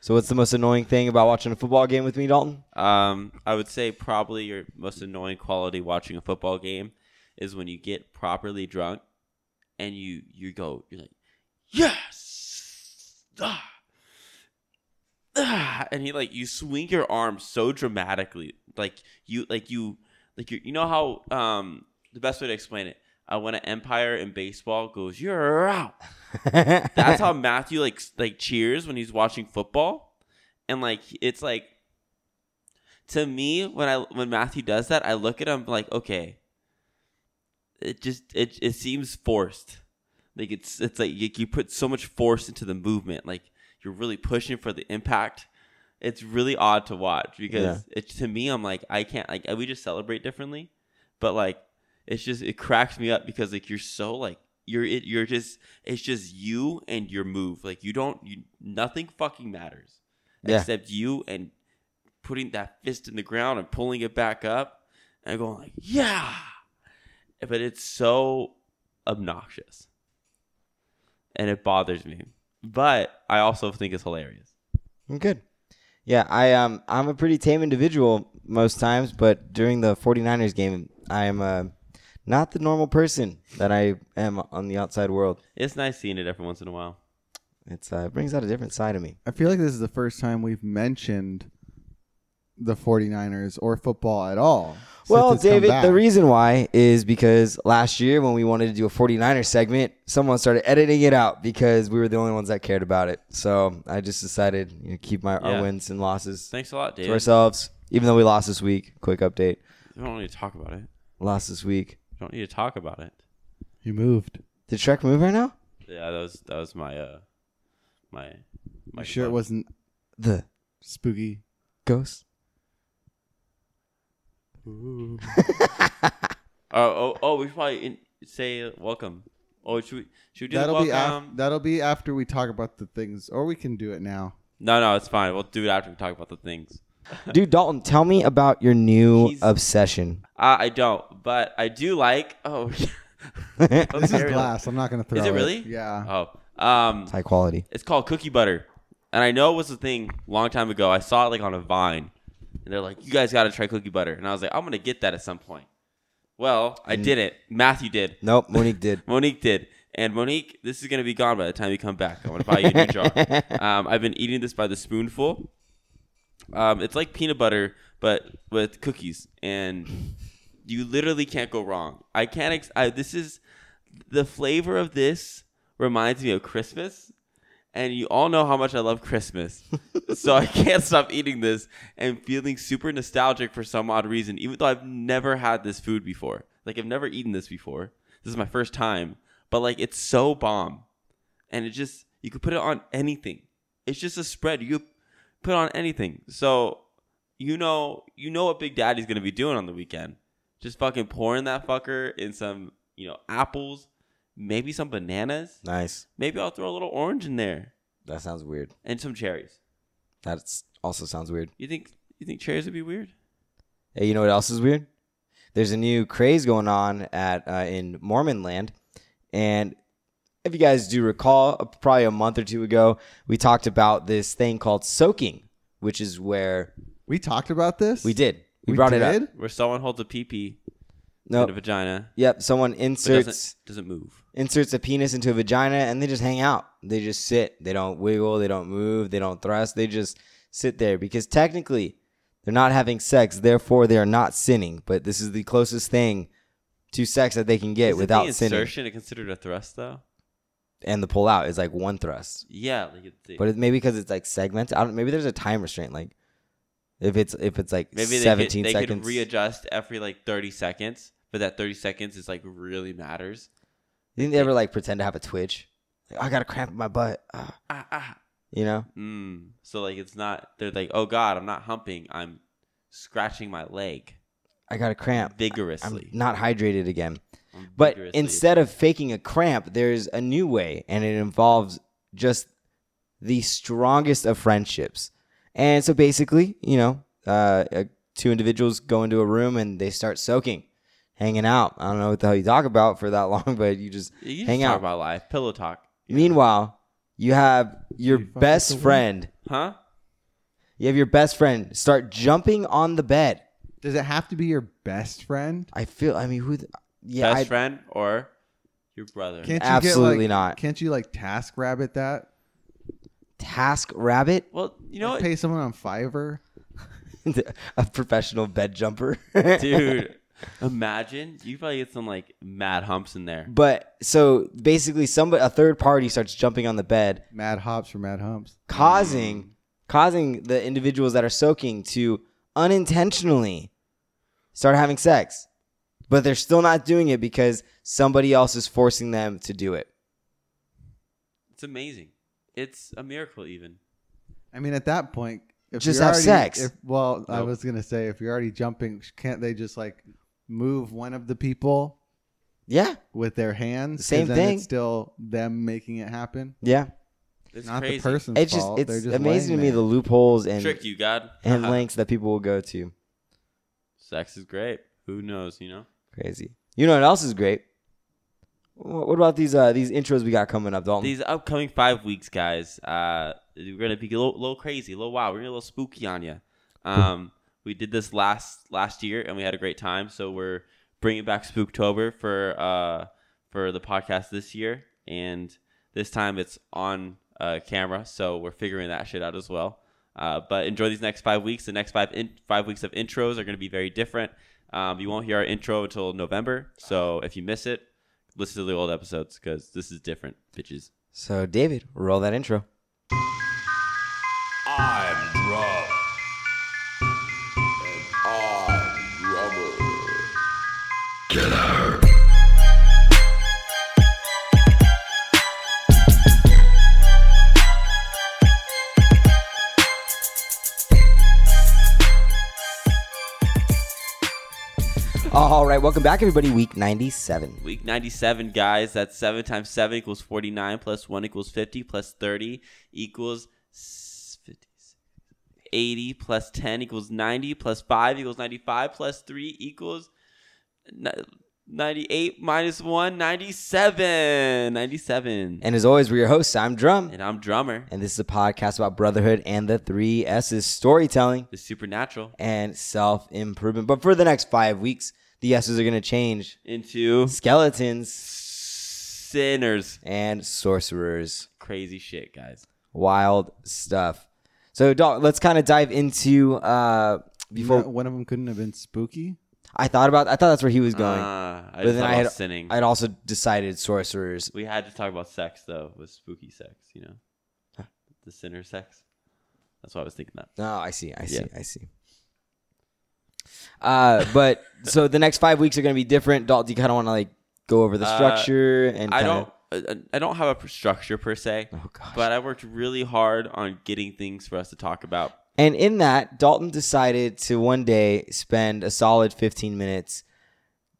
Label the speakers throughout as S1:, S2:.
S1: So what's the most annoying thing about watching a football game with me, Dalton?
S2: Um, I would say probably your most annoying quality watching a football game is when you get properly drunk and you you go you're like yes ah, ah, and you like you swing your arm so dramatically like you like you like you you know how um the best way to explain it uh, when an empire in baseball goes you're out that's how Matthew like s- like cheers when he's watching football, and like it's like to me when I when Matthew does that, I look at him like okay, it just it it seems forced. Like it's it's like you, you put so much force into the movement, like you're really pushing for the impact. It's really odd to watch because it, to me, I'm like I can't like we just celebrate differently, but like it's just it cracks me up because like you're so like you're it you're just it's just you and your move like you don't you nothing fucking matters
S1: Yeah.
S2: except you and putting that fist in the ground and pulling it back up and going like yeah but it's so obnoxious and it bothers me but i also think it's hilarious
S1: I'm good. Yeah, I um I'm a pretty tame individual most times, but during the 49ers game, I am uh, not the normal person that I am on the outside world.
S2: it's nice seeing it every once in a while
S1: It's uh, it brings out a different side of me.
S3: I feel like this is the first time we've mentioned the 49ers or football at all. since
S1: well,
S3: it's come
S1: David,
S3: back.
S1: the reason why is because last year when we wanted to do a 49ers segment, someone started editing it out because we were the only ones that cared about it. So I just decided you know, keep my
S2: Yeah.
S1: our wins and losses
S2: thanks a lot
S1: to
S2: dave
S1: ourselves, even though we lost this week. Quick update:
S2: we don't need to talk about it we
S1: lost this week.
S2: don't need to talk about it
S3: you moved.
S1: Did Shrek move right now?
S2: yeah that was that was my uh my my
S3: you sure it
S2: club.
S3: wasn't
S1: The
S3: spooky?
S1: ghost.
S2: Oh, oh, oh, we should probably in, say uh, welcome. Oh, should we, should we do
S3: That'll
S2: the
S3: be
S2: welcome?
S3: af- that'll be after we talk about the things, or we can do it now.
S2: no, no, it's fine. We'll do it after we talk about the things.
S1: Dude, Dalton, tell me about your new
S2: He's-
S1: obsession.
S2: Uh, I don't, but I do like. Oh,
S3: This is
S2: Very-
S3: glass. I'm not gonna throw
S2: it really?
S3: Yeah.
S2: oh, um,
S1: It's high quality.
S2: it's called cookie butter, and I know it was a thing a long time ago. I saw it like on a vine, and they're like, "You guys got to try cookie butter," and I was like, "I'm gonna get that at some point." Well, I didn't. Matthew did.
S1: Nope, Monique did.
S2: Monique did. And Monique, this is gonna be gone by the time you come back. I'm gonna buy you a new jar. Um, I've been eating this by the spoonful. Um, it's like peanut butter, but with cookies, and you literally can't go wrong. I can't. Ex- I, this is the flavor of this reminds me of Christmas, and you all know how much I love Christmas, so I can't stop eating this and feeling super nostalgic for some odd reason, even though I've never had this food before. Like I've never eaten this before. This is my first time, but like it's so bomb, and it just you could put it on anything. It's just a spread. You could put it on anything. So you know you know what Big Daddy's gonna be doing on the weekend. Just fucking pouring that fucker in some you know apples, maybe some bananas.
S1: Nice.
S2: Maybe I'll throw a little orange in there
S1: That sounds weird.
S2: and some cherries.
S1: That also sounds weird.
S2: You think you think cherries would be weird?
S1: Hey, you know what else is weird? There's a new craze going on at uh, in Mormon land, and if you guys do recall, uh, probably a month or two ago, we talked about this thing called soaking, which is where
S3: We talked about this.
S1: we did. We, brought it up.
S3: did?
S2: Where someone holds a pee pee
S1: No.
S2: in a vagina,
S1: Yep. Someone
S2: but
S1: inserts.
S2: doesn't doesn't move.
S1: inserts a penis into a vagina and they just hang out. They just sit. They don't wiggle. They don't move. They don't thrust. They just sit there because technically they're not having sex. Therefore, they are not sinning. But this is the closest thing to sex that they can get
S2: Isn't
S1: without
S2: the
S1: sinning.
S2: insertion considered a thrust though?
S1: And the pull out is like one thrust.
S2: Yeah, like it's,
S1: But it, maybe because it's like segmented. I don't, maybe there's a time restraint. Like if it's if it's like
S2: maybe they could,
S1: 17
S2: they
S1: seconds.
S2: could readjust every like thirty seconds, but that thirty seconds is like really matters.
S1: you think they ever like pretend to have a twitch? Like, "Oh, I got a cramp in my butt. Ah,
S2: Ah ah.
S1: you know. Hmm.
S2: Mm. So like it's not. They're like, oh god, I'm not humping. I'm scratching my leg
S1: I got a cramp. I'm
S2: vigorously.
S1: not hydrated again.
S2: I'm
S1: But
S2: vigorously-
S1: instead of faking a cramp, there's a new way, and it involves just the strongest of friendships. And so basically, you know, uh, uh, two individuals go into a room and they start soaking, hanging out. I don't know what the hell you talk about for that long, but you just
S2: you just
S1: hang
S2: talk
S1: out.
S2: about life, pillow talk,
S1: Meanwhile, you have your
S3: You fuck with the
S1: best
S3: wind.
S1: friend
S2: huh?
S1: You have your best friend start jumping on the bed.
S3: Does it have to be your best friend?
S1: I feel. I mean, who? The, yeah,
S2: Best
S1: I,
S2: friend or your brother?
S3: Can't
S1: Absolutely
S3: like,
S1: not.
S3: Can't you like task rabbit that?
S1: Task Rabbit,
S2: well, you know
S3: Like,
S2: what,
S3: pay someone on Fiverr.
S1: a professional bed jumper,
S2: dude. Imagine you probably get some like mad humps in there.
S1: But so basically, somebody a third party starts jumping on the bed,
S3: Mad hops for mad humps.
S1: causing causing the individuals that are soaking to unintentionally start having sex. But they're still not doing it because somebody else is forcing them to do it.
S2: It's amazing. It's a miracle, even.
S3: I mean, at that point, if
S1: Just
S3: you're
S1: have
S3: already-
S1: sex.
S3: If, well, I
S2: Nope.
S3: was gonna say if you're already jumping, can't they just like move one of the people
S1: Yeah,
S3: with their hands? 'Cause
S1: Same
S3: then
S1: thing.
S3: It's still them making it happen.
S1: yeah.
S2: It's
S3: not
S2: crazy.
S3: the person's
S1: It's just
S3: fault.
S1: it's
S3: They're just
S1: amazing to me
S3: laying
S1: the
S3: there.
S1: loopholes and
S2: Trick you, God.
S1: and lengths that people will go to.
S2: Sex is great. Who knows? You know.
S1: Crazy. You know what else is great? Wh- What about these uh these intros we got coming up, Dalton?
S2: These upcoming five weeks, guys, uh, we're gonna be a little, little crazy, a little wild. We're gonna be a little spooky on you. Um, we did this last last year, and we had a great time. So we're bringing back Spooktober for uh, for the podcast this year, and this time it's on uh, camera. So we're figuring that shit out as well. Uh, but enjoy these next five weeks. The next five in- five weeks of intros are gonna be very different. Um, you won't hear our intro until November. So if you miss it, listen to the old episodes because this is different, bitches.
S1: So David, roll that intro.
S4: I'm Rob. And I'm Rubber.
S1: All right, welcome back, everybody. Week ninety-seven.
S2: Week 97, guys. That's 7 times 7 equals 49, plus 1 equals 50, plus 30 equals s- 50, 80, plus 10 equals 90, plus 5 equals 95, plus 3 equals ni- 98, minus 1, 97. 97.
S1: And as always, we're your hosts. I'm Drum,
S2: And I'm Drummer,
S1: and this is a podcast about brotherhood and the three S's: storytelling
S2: the supernatural,
S1: and self-improvement. But for the next five weeks, the S's are going to change:
S2: into
S1: skeletons
S2: sinners.
S1: and sorcerers.
S2: Crazy shit, guys.
S1: Wild stuff. So, Doc, let's kind of dive into uh, before
S3: No, one of them couldn't have been spooky.
S1: I thought about. I thought that's where he was going.
S2: Ah, I
S1: But
S2: just
S1: then
S2: thought
S1: I
S2: about
S1: had-
S2: sinning.
S1: I'd also decided sorcerers.
S2: We had to talk about sex though, with spooky sex, you know, the sinner sex. That's what I was thinking. That
S1: Oh, I see. I see.
S2: Yeah.
S1: I see. Uh, but so the next five weeks are going to be different. Dalton, do you kind of want to like go over the
S2: Uh,
S1: structure and
S2: I
S1: kinda-
S2: don't. I- I don't have a pr- structure per se,
S1: Oh gosh.
S2: but I worked really hard on getting things for us to talk about.
S1: and in that, Dalton decided to one day spend a solid 15 minutes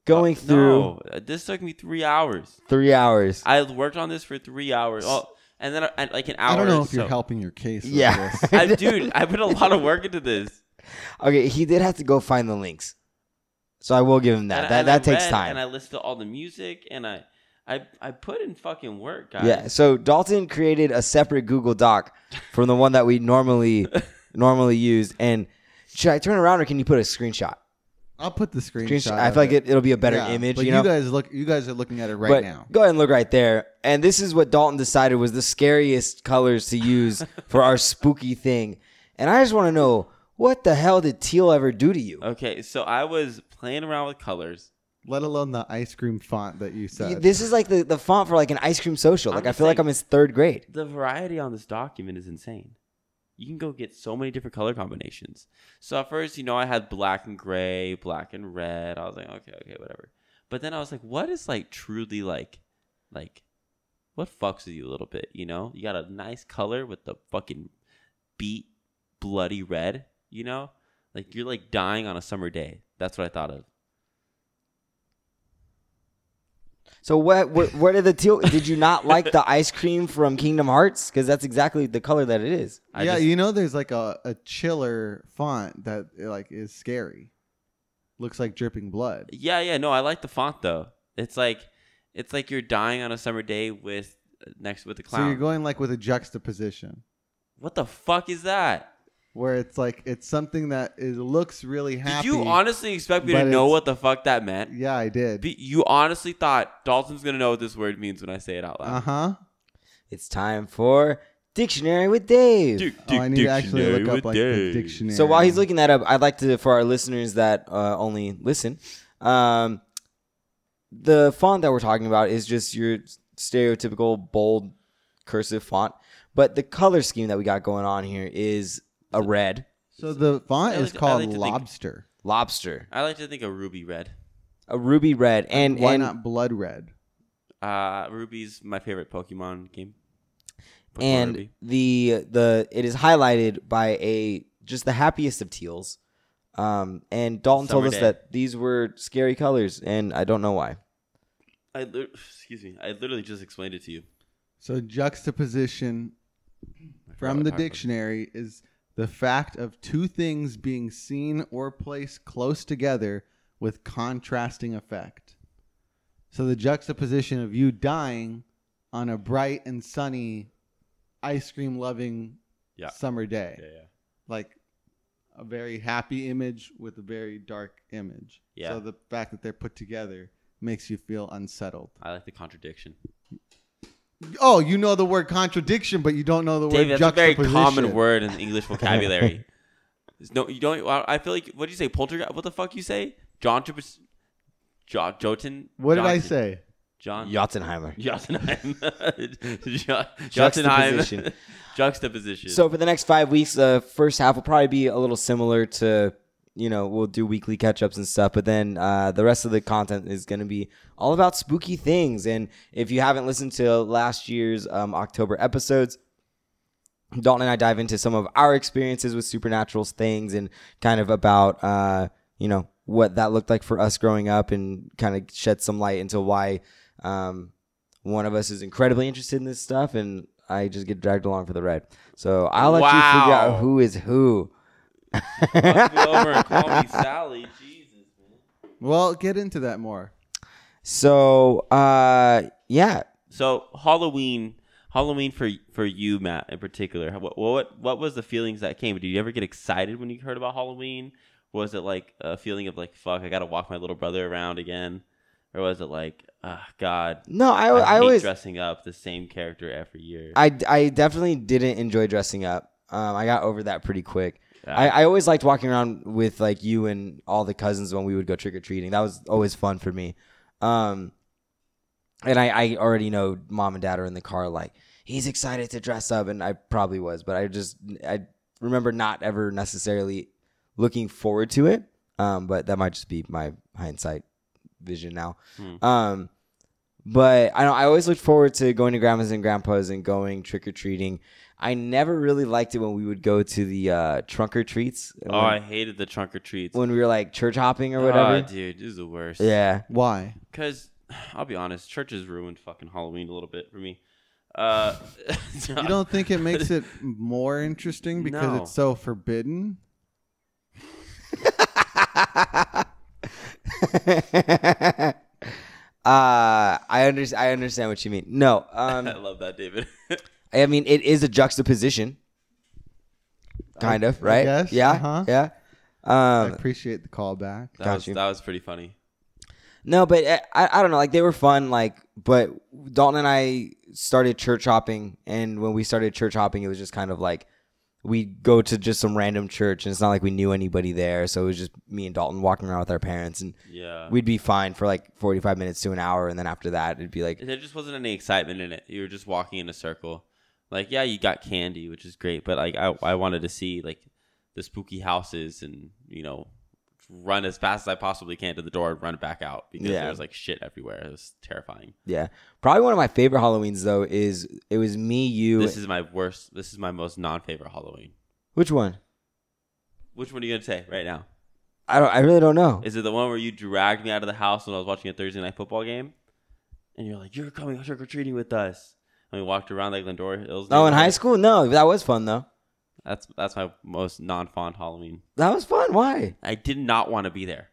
S1: going through
S2: No, uh, this took me three hours.
S1: three hours.
S2: I worked on this for three hours. Oh, and then I- like an hour.
S3: I don't know
S2: or
S3: if you're
S2: so.
S3: helping your case. with
S1: yeah.
S3: this.
S2: I, dude, I put a lot of work into this.
S1: okay, he did have to go find the links. So I will give him that.
S2: And I-
S1: that
S2: and I
S1: that takes
S2: read,
S1: time.
S2: And I listed all the music, and I, I, I put in fucking work, guys.
S1: Yeah. So Dalton created a separate Google Doc from the one that we normally normally use. And should I turn around or can you put a screenshot?
S3: I'll put the screenshot.
S1: Screenshot. I
S3: of
S1: feel like it, it'll be a better
S3: Yeah,
S1: image.
S3: But
S1: You know.
S3: guys look. You guys are looking at it right
S1: but
S3: now.
S1: go ahead and look right there. And this is what Dalton decided was the scariest colors to use for our spooky thing. And I just want to know what the hell did teal ever do to you?
S2: Okay, so I was playing around with colors.
S3: Let alone the ice cream font that you
S1: Y-
S3: said.
S1: This is like the, the font for like an ice cream social.
S2: I'm
S1: Like I
S2: just
S1: feel like
S2: saying-
S1: I'm in third grade.
S2: The variety on this document is insane. You can go get so many different color combinations. So at first, you know, I had black and gray, black and red. I was like, okay, okay, whatever. But then I was like, what is like truly like, like, what fucks with you a little bit? You know, you got a nice color with the fucking beat bloody red. You know, like you're like dying on a summer day. That's what I thought of.
S1: So what, what what are the teal? Did you not like the ice cream from Kingdom Hearts? Because that's exactly the color that it is.
S2: I
S3: yeah,
S2: just-
S3: you know, there's like a, a chiller font that like is scary. Looks like dripping blood.
S2: Yeah, yeah, no, I like the font though. It's like it's like you're dying on a summer day with next with the
S3: So
S2: clown.
S3: you're going like with a juxtaposition.
S2: what the fuck is that?
S3: where it's like it's something that is, looks really happy.
S2: Did you honestly expect me
S3: but
S2: to know
S3: it's-
S2: what the fuck that meant?
S3: Yeah, I did.
S2: Be- You honestly thought Dalton's gonna know what this word means when I say it out
S3: Uh
S2: loud.
S3: huh.
S1: It's time for Dictionary with Dave.
S2: Duke, Duke,
S3: Oh, I need to actually
S2: dictionary
S3: look
S2: with
S3: up like the
S2: Dave.
S3: dictionary.
S1: So while he's looking that up, I'd like to, for our listeners that uh, only listen, um, the font that we're talking about is just your stereotypical bold cursive font, but the color scheme that we got going on here is a red
S3: so the font
S2: I
S3: is
S2: like- I
S3: called
S2: like to think-
S3: lobster.
S1: lobster,
S2: I like to think of ruby red.
S1: a ruby red, and
S3: Why
S1: and
S3: not blood red?
S2: Uh, Ruby's my favorite Pokemon game. Pokemon
S1: and
S2: Ruby.
S1: the the it is highlighted by a just the happiest of teals. Um, and Dalton told
S2: Summer
S1: us
S2: day.
S1: that these were scary colors, and I don't know why.
S2: I lit- excuse me. I literally just explained it to you.
S3: So juxtaposition
S2: I forgot
S3: from
S2: what I
S3: the
S2: talked about.
S3: dictionary is the fact of two things being seen or placed close together with contrasting effect. So the juxtaposition of you dying on a bright and sunny ice cream loving
S2: Yeah.
S3: summer day.
S2: Yeah, yeah.
S3: Like a very happy image with a very dark image.
S2: Yeah.
S3: So the fact that they're put together makes you feel unsettled.
S2: I like the contradiction.
S3: Oh, you know the word contradiction, but you don't know the
S2: Dave,
S3: word
S2: that's a very
S3: juxtaposition.
S2: common word in the English vocabulary. There's no, you don't. I feel like what do you say? Poltergeist. What the fuck you say? John Trippers. Jo- Jotun.
S3: What did I
S2: Johnson.
S3: say?
S2: John.
S1: Yotzenheimer.
S2: Jotunheim. Jo-
S1: Juxtaposition.
S2: Jotunheim. Juxtaposition.
S1: So for the next five weeks, the first half will probably be a little similar to, you know, we'll do weekly catch ups and stuff. But then uh, the rest of the content is going to be all about spooky things. And if you haven't listened to last year's um, October episodes, Dalton and I dive into some of our experiences with supernatural things and kind of about, uh, you know, what that looked like for us growing up and kind of shed some light into why um, one of us is incredibly interested in this stuff and I just get dragged along for the ride. So I'll let you figure
S2: Wow.
S1: out who is who.
S2: Fuck me over and call me Sally. Jesus, man.
S3: Well, get into that more.
S1: So, uh, yeah,
S2: So Halloween, Halloween for for you, Matt, in particular. What what what was the feelings that came? Did you ever get excited when you heard about Halloween? Was it like a feeling of like fuck, I gotta walk my little brother around again, or was it like, ah, God,
S1: no, I,
S2: I,
S1: I,
S2: hate
S1: always,
S2: dressing up the same character every year.
S1: I, I definitely didn't enjoy dressing up. Um, I got over that pretty quick.
S2: Yeah.
S1: I, I always liked walking around with like you and all the cousins when we would go trick or treating. That was always fun for me. Um, and I, I already know mom and dad are in the car like he's excited to dress up, and I probably was, but I just I remember not ever necessarily looking forward to it. Um, but that might just be my hindsight vision now.
S2: Hmm.
S1: Um, but I know I always looked forward to going to grandmas and grandpas and going trick or treating. I never really liked it when we would go to the uh, trunk or treats.
S2: oh, I hated the trunk or treats.
S1: when we were like church hopping or
S2: Ah,
S1: whatever.
S2: dude, this is the worst.
S1: yeah.
S3: Why?
S2: because I'll be honest, church has ruined fucking Halloween a little bit for me. Uh,
S3: You don't think it makes it more interesting because
S2: No.
S3: it's so forbidden?
S1: uh, I under- I understand what you mean. No,
S2: I
S1: um,
S2: love that, David.
S1: I mean it is a juxtaposition, kind of,
S3: I
S1: right?
S3: guess,
S1: yeah,
S3: uh-huh.
S1: yeah.
S2: Uh,
S3: I
S1: Um,
S3: appreciate the callback.
S2: That
S1: Got
S2: was
S1: you.
S2: that was pretty funny.
S1: No, but uh, I, I don't know. Like they were fun. Like, but Dalton and I started church hopping, and when we started church hopping, it was just kind of like we'd go to just some random church, and it's not like we knew anybody there. So it was just me and Dalton walking around with our parents, and
S2: Yeah.
S1: we'd be fine for like forty-five minutes to an hour, and then after that, it'd be like,
S2: there just wasn't any excitement in it. You were just walking in a circle. Like, yeah, you got candy, which is great, but like I I wanted to see like the spooky houses and, you know, run as fast as I possibly can to the door and run back out because
S1: Yeah.
S2: there was like shit everywhere. It was terrifying.
S1: yeah. Probably one of my favorite Halloweens though is it was me, you.
S2: This is my worst this is my most non favorite Halloween.
S1: which one?
S2: Which one are you gonna say right now?
S1: I don't. I really don't know.
S2: Is it the one where you dragged me out of the house when I was watching a Thursday night football game? And you're like, You're coming trick or treating with us. And we walked around like Glendora Hills.
S1: oh, in high
S2: neighborhood.
S1: school? No, that was fun though.
S2: That's that's my most non fond Halloween.
S1: That was fun. Why?
S2: I did not want to be there.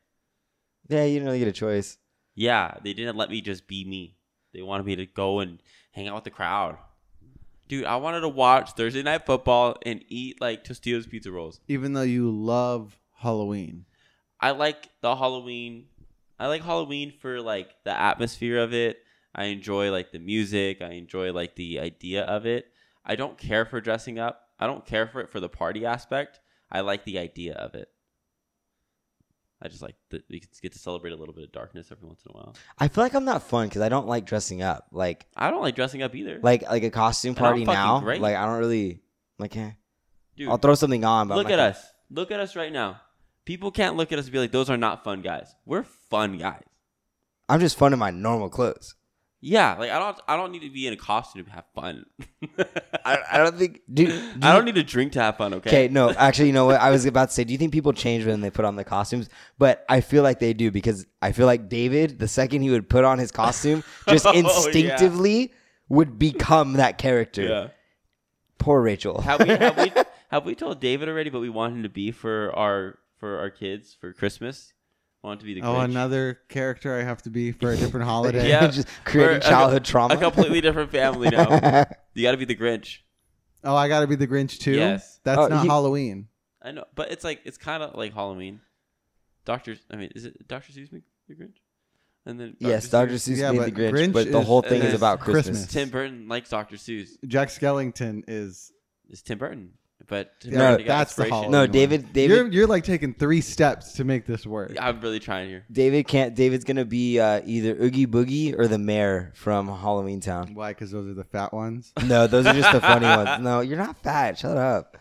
S1: Yeah, you didn't really get a choice.
S2: Yeah, they didn't let me just be me. They wanted me to go and hang out with the crowd. Dude, I wanted to watch Thursday Night Football and eat like Tostitos pizza rolls.
S3: Even though you love Halloween,
S2: I like the Halloween. I like Halloween for like the atmosphere of it. I enjoy like the music. I enjoy like the idea of it. I don't care for dressing up. I don't care for it for the party aspect. I like the idea of it. I just like that we get to celebrate a little bit of darkness every once in a while.
S1: I feel like I'm not fun because I don't like dressing up. Like
S2: I don't like dressing up either.
S1: like like a costume
S2: And I'm
S1: party
S2: fucking
S1: now.
S2: great.
S1: Like I don't really like. Eh.
S2: Dude,
S1: I'll throw something on. But I'm
S2: look
S1: not
S2: at
S1: gonna-
S2: us. Look at us right now. People can't look at us and be like, "Those are not fun guys." We're fun guys.
S1: I'm just fun in my normal clothes.
S2: Yeah, like I don't. I don't need to be in a costume to have fun.
S1: I, I don't think. Do, do
S2: I
S1: you-
S2: don't need to drink to have fun. Okay.
S1: Okay, no, actually, you know what? I was about to say, do you think people change when they put on the costumes? But I feel like they do because I feel like David, the second he would put on his costume, just
S2: Oh, yeah.
S1: instinctively would become that character.
S2: Yeah.
S1: Poor Rachel.
S2: Have we, have we have we told David already? But we want him to be for our for our kids for Christmas. Want to be the
S3: oh,
S2: Grinch.
S3: another character I have to be for a different holiday.
S2: Yeah.
S1: just
S2: We're
S1: creating
S2: a-
S1: childhood trauma.
S2: a completely different family now. you got to be the Grinch.
S3: Oh, I got to be the Grinch too.
S2: Yes.
S3: That's
S1: Oh,
S3: not
S1: you-
S3: Halloween.
S2: I know, but it's like it's kind of like Halloween. Doctor, I mean, is it Doctor Seuss make the Grinch? And then
S1: yes, Dr. Seuss
S3: Yeah,
S1: made the
S3: but
S1: Grinch,
S3: Grinch
S1: but the
S3: is-
S1: whole thing is
S2: is
S1: about Christmas.
S3: Christmas.
S2: Tim Burton likes Doctor Seuss.
S3: Jack Skellington is.
S2: It's Tim Burton, but Tim
S3: Yeah,
S2: Burton
S3: but
S2: got
S3: that's the
S2: inspiration.
S3: Halloween.
S1: No,
S3: one.
S1: David, David,
S3: You're you're like taking three steps to make this work.
S2: I'm really trying here.
S1: David can't. David's gonna be uh, either Oogie Boogie or the Mayor from Halloween Town.
S3: Why? Because those are the fat ones.
S1: No, those are just the funny ones. No, you're not fat. Shut up.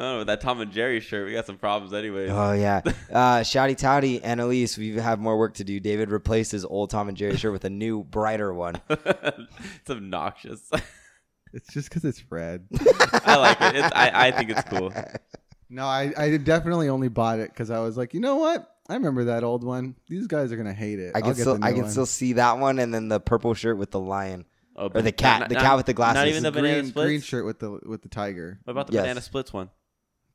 S2: Oh, that Tom and Jerry shirt. We got some problems anyway.
S1: Oh yeah. Uh, Shouty Towdy and Elise, we have more work to do. David replaced his old Tom and Jerry shirt with a new, brighter one.
S2: it's obnoxious.
S3: It's just because it's red.
S2: I like it. It's, I, I think it's cool.
S3: No, I, I definitely only bought it because I was like, you know what? I remember that old one. These guys are gonna hate it.
S1: I
S3: I'll
S1: can
S3: get
S1: still,
S3: the
S1: I
S3: new
S1: can
S3: one.
S1: still see that one, and then the purple shirt with the lion
S2: Oh,
S1: or
S2: but
S1: the cat,
S2: not-
S1: the
S2: not-
S1: cat with the glasses.
S2: Not even the banana
S3: green,
S2: splits.
S3: green shirt with the with the tiger.
S2: What about the
S1: Yes.
S2: banana splits one?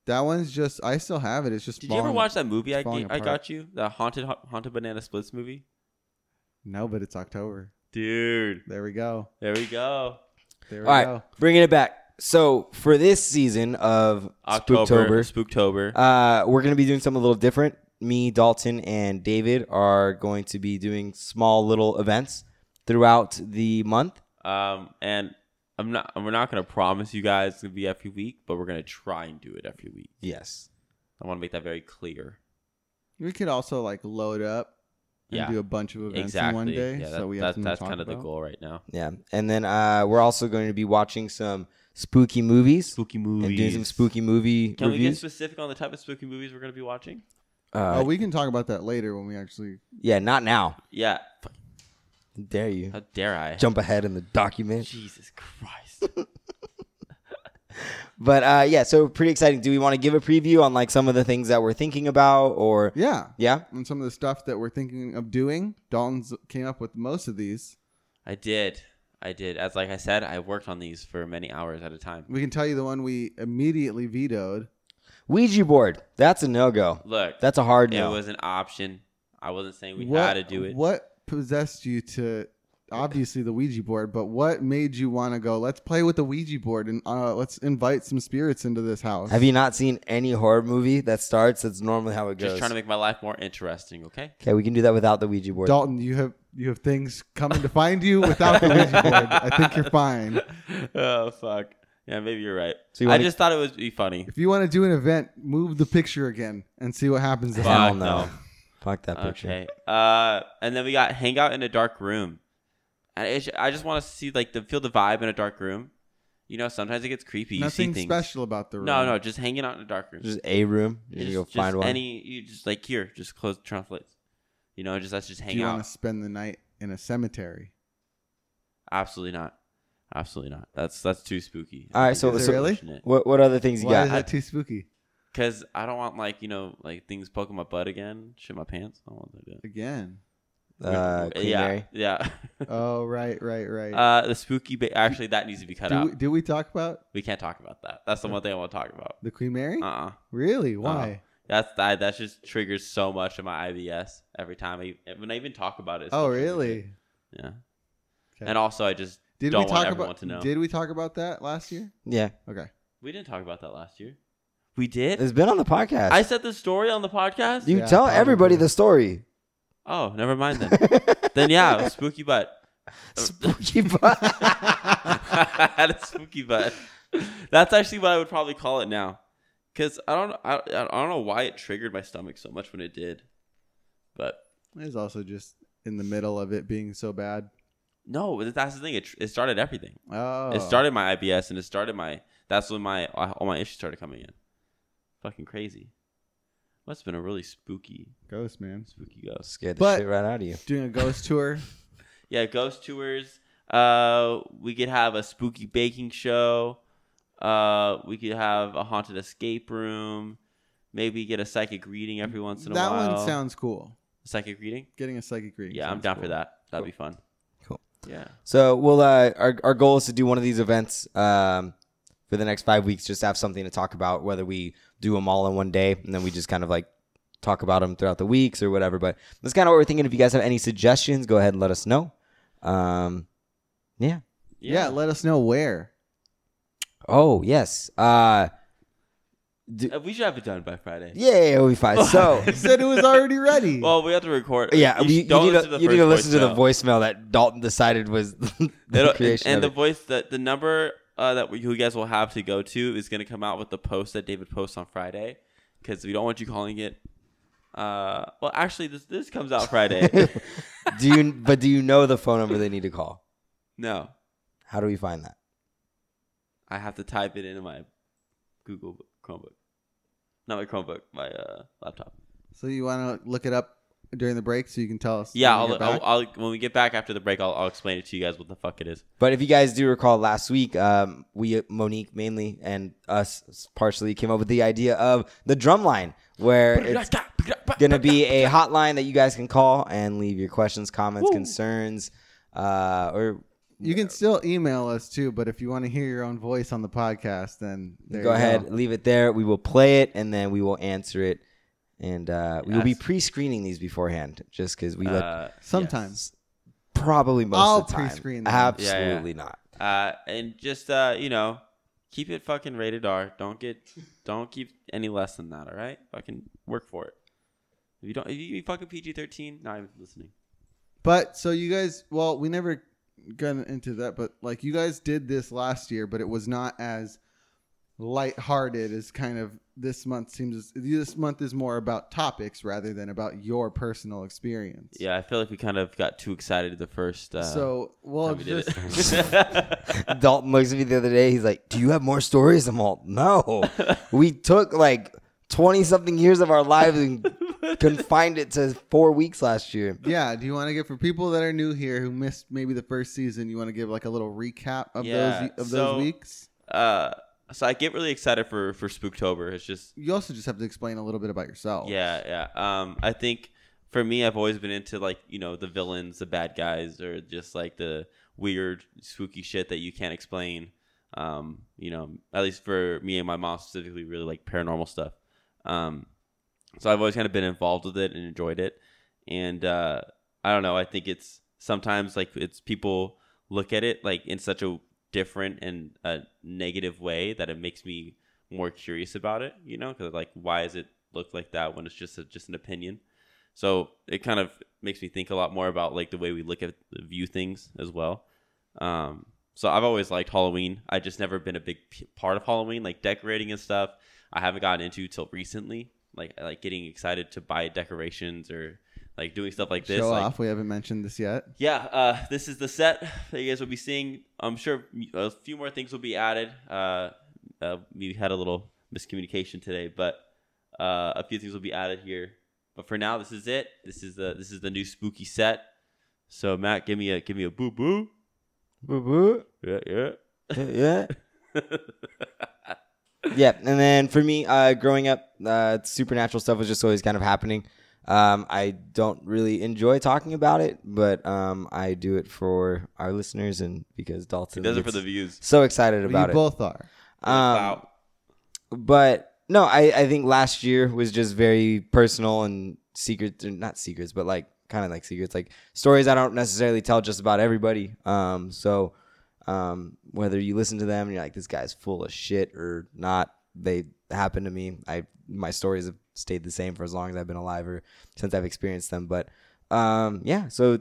S3: That one's just. I still have it. It's just.
S2: Did you ever
S3: falling-
S2: watch that movie I,
S3: it's falling
S2: ga- I
S3: apart.
S2: got you? The haunted Ha- haunted banana splits movie.
S3: No, but it's October.
S2: Dude,
S3: There we go.
S2: there we go.
S3: There we
S1: All right,
S3: go.
S1: bringing it back. So for this season of
S2: October,
S1: Spooktober,
S2: Spooktober.
S1: Uh, we're gonna be doing something a little different. Me, Dalton, and David are going to be doing small little events throughout the month.
S2: um, and I'm not. We're not gonna promise you guys it's gonna be every week, but we're gonna try and do it every week.
S1: Yes.
S2: I want to make that very clear.
S3: We could also like load up and
S2: Yeah.
S3: do a bunch of events in
S2: exactly.
S3: one day.
S2: Yeah, that,
S3: so we
S2: that-
S3: have something to
S2: that's
S3: talk
S2: kind of the
S3: about.
S2: goal right now.
S1: Yeah, and then uh, we're also going to be watching some spooky movies,
S2: Spooky movies.
S1: and doing some spooky movie
S2: Can we get
S1: reviews.
S2: specific on the type of spooky movies we're gonna be watching?
S1: uh,
S3: Oh, we can talk about that later when we actually.
S1: yeah, not now.
S2: Yeah.
S1: Dare you
S2: How dare I?
S1: jump ahead in the document?
S2: Jesus Christ.
S1: But uh, yeah, so pretty exciting. Do we want to give a preview on like some of the things that we're thinking about, or
S3: Yeah.
S1: yeah?
S3: And some of the stuff that we're thinking of doing. Dalton's came up with most of these.
S2: I did. I did. As like I said, I worked on these for many hours at a time.
S3: We can tell you the one we immediately vetoed.
S1: Ouija board. That's a no go.
S2: Look,
S1: That's a hard
S2: it
S1: no.
S2: was an option. I wasn't saying we had to do it.
S3: What possessed you to obviously the Ouija board, but what made you want to go? Let's play with the Ouija board and uh, let's invite some spirits into this house.
S1: Have you not seen any horror movie that starts? That's normally how it goes.
S2: Just trying to make my life more interesting, okay?
S1: okay, we can do that without the Ouija board.
S3: Dalton? You have you have things coming to find you without the Ouija board. I think you're fine.
S2: oh fuck. Yeah, maybe you're right.
S1: So you
S2: I
S1: wanna-
S2: just thought it would be funny.
S3: If you want to do an event, move the picture again and see what happens.
S1: Hell
S3: This
S2: Fuck
S3: time.
S1: no.
S2: no.
S1: Fuck that picture.
S2: Okay. Uh, and then we got hangout in a dark room. And it's, I just want to see like the feel the vibe in a dark room. You know, sometimes it gets creepy. You see
S3: Nothing
S2: things.
S3: special about the room.
S2: No, no, just hanging out in a dark room.
S1: Just a room. You
S2: Just-
S1: go
S2: just
S1: find one.
S2: Any, you just like here, just close the trunk lights. You know, just let's just
S3: Do
S2: hang
S3: you
S2: out.
S3: want to spend the night in a cemetery?
S2: Absolutely not. Absolutely not. That's that's too spooky.
S1: All right, so-
S3: Is it so- really?
S1: what What other things you
S3: Why is
S1: got?
S3: that too spooky?
S2: Because I don't want like you know like things poking my butt again, shit my pants. I don't want to do
S3: Again.
S2: that.
S1: Uh, Queen
S2: yeah,
S1: Mary.
S2: yeah.
S3: Oh right, right, right.
S2: uh, the spooky. Ba- actually, that needs to be cut
S3: do,
S2: out.
S3: we, do we talk about
S2: We can't talk about that. That's the one thing I want to talk about.
S3: the Queen Mary?
S2: Uh uh
S3: really? Why?
S2: That's that that just triggers so much of my IBS every time I when I even talk about it. it's
S3: oh
S2: still triggers
S3: really?
S2: it. Yeah.
S3: Okay.
S2: And also I just
S3: Did
S2: Don't
S3: we
S2: want
S3: talk
S2: everyone
S3: about?
S2: to know.
S3: Did we talk about that last year?
S1: Yeah,
S3: Okay.
S2: We didn't talk about that last year. We did.
S1: it's been on the podcast.
S2: I said the story on the podcast.
S1: you
S3: Yeah,
S1: tell everybody
S3: probably.
S1: the story.
S2: oh, never mind then. then yeah, it was spooky butt.
S1: Spooky butt.
S2: I had a spooky butt. That's actually what I would probably call it now, because I don't I, I don't know why it triggered my stomach so much when it did, but
S3: It was also just in the middle of it being so bad.
S2: no, but that's the thing. It, tr- it started everything.
S3: Oh,
S2: It started my IBS and it started my. That's when my all my issues started coming in. Fucking crazy. Must have been a really spooky,
S3: ghost man
S2: spooky ghost.
S1: Scared the
S3: But-
S1: shit right out of you.
S3: doing a ghost tour.
S2: Yeah, ghost tours. Uh, we could have a spooky baking show. Uh, we could have a haunted escape room. Maybe get a psychic reading every once in a
S3: that
S2: while.
S3: one sounds cool.
S2: psychic reading.
S3: Getting a psychic reading.
S2: Yeah, I'm
S3: sounds
S2: down for
S3: cool.
S2: that. That'd be fun.
S1: Cool.
S2: Yeah.
S1: So we'll uh, our our goal is to do one of these events um, for the next five weeks. Just have something to talk about, whether we do them all in one day and then we just kind of like talk about them throughout the weeks or whatever. But that's kind of what we're thinking. If you guys have any suggestions, go ahead and let us know. Um, yeah.
S3: Yeah. let us know where.
S1: Oh yes. Uh,
S2: Uh, we should have it done by Friday.
S1: yeah, it'll be fine. So.
S3: You said it was already ready.
S2: Well, we have to record.
S1: Yeah, you,
S2: sh-
S1: you
S2: don't
S1: need,
S2: listen
S1: to,
S2: the
S1: you need to
S2: first
S1: listen to the
S2: voicemail.
S1: voicemail that Dalton decided was the
S2: It'll-
S1: creation
S2: and
S1: of
S2: the
S1: it.
S2: voice that the number uh, that you guys will have to go to is going to come out with the post that David posts on Friday because we don't want you calling it. Uh, well, actually, this this comes out Friday.
S1: Do you? But do you know the phone number they need to call?
S2: no,
S1: How do we find that?
S2: I have to type it into my Google Chromebook, not my Chromebook, my uh, laptop.
S3: so you want to look it up during the break so you can tell us.
S2: Yeah,
S3: when we
S2: I'll,
S3: get
S2: I'll,
S3: back?
S2: I'll when we get back after the break, I'll, I'll explain it to you guys what the fuck it is.
S1: But if you guys do recall last week, um, we Monique mainly and us partially came up with the idea of the drum line, where it's gonna be a hotline that you guys can call and leave your questions, comments, concerns, uh, or
S3: you can still email us too, but if you want to hear your own voice on the podcast, then there
S1: go
S3: you
S1: ahead, leave it there. We will play it and then we will answer it, and uh, we will be
S2: Yes.
S1: pre-screening these beforehand, just because we let
S2: Uh,
S3: Sometimes.
S1: probably most
S3: I'll
S1: of the time.
S3: pre-screen them.
S1: Absolutely
S2: Yeah, yeah.
S1: not.
S2: Uh, and just uh, you know, keep it fucking rated R. Don't get, don't keep any less than that. All right, fucking work for it. If you don't, if you fucking PG thirteen, not even listening.
S3: But so you guys, well, we never got into that, but like you guys did this last year, but it was not as lighthearted as kind of this month seems. This month is more about topics rather than about your personal experience.
S2: Yeah, I feel like we kind of got too excited the first. Uh,
S3: So well,
S2: time we did
S3: just
S2: it.
S1: Dalton looks at me the other day. He's like, "Do you have more stories?" I'm all, "No, we took like twenty something years of our lives and confined it to four weeks last year."
S3: yeah. Do you want to give for people that are new here who missed maybe the first season? You want to give like a little recap of
S2: Yeah,
S3: those of
S2: so-
S3: those weeks.
S2: uh, so I get really excited for for Spooktober. It's just
S3: You also just have to explain a little bit about yourself.
S2: Yeah, yeah. Um, I think for me, I've always been into like you know the villains, the bad guys, or just like the weird, spooky shit that you can't explain. Um, you know, at least for me and my mom specifically, really like paranormal stuff. Um, so I've always kind of been involved with it and enjoyed it. And uh, I don't know. I think it's sometimes like it's people look at it like in such a different and uh negative way that it makes me more curious about it. You know, because like why does it look like that when it's just a, just an opinion? So it kind of makes me think a lot more about like the way we look at view things as well. Um, so I've always liked Halloween. I just never been a big p- part of Halloween, like decorating and stuff. I haven't gotten into till recently, like like getting excited to buy decorations or like doing stuff like this.
S3: Show
S2: like,
S3: off. We haven't mentioned this yet.
S2: yeah, uh, this is the set that you guys will be seeing. I'm sure a few more things will be added. Uh, uh, we had a little miscommunication today, but uh, a few things will be added here. But for now, this is it. This is the this is the new spooky set. So Matt, give me a give me a boo boo. Yeah, yeah.
S1: yeah. yeah, and then for me, uh, growing up, uh, supernatural stuff was just always kind of happening. Um, I don't really enjoy talking about it, but um, I do it for our listeners and because
S2: He
S1: Dalton
S2: does it for
S1: gets
S2: the views.
S1: so excited
S3: You
S1: about it.
S3: both are.
S1: Um,
S2: wow.
S1: but no, I, I think last year was just very personal and secret, or not secrets, but like kind of like secrets, like stories I don't necessarily tell just about everybody. Um, so Um, whether you listen to them and you're like, this guy's full of shit or not, they happen to me. I my stories have stayed the same for as long as I've been alive or since I've experienced them. But um, yeah, so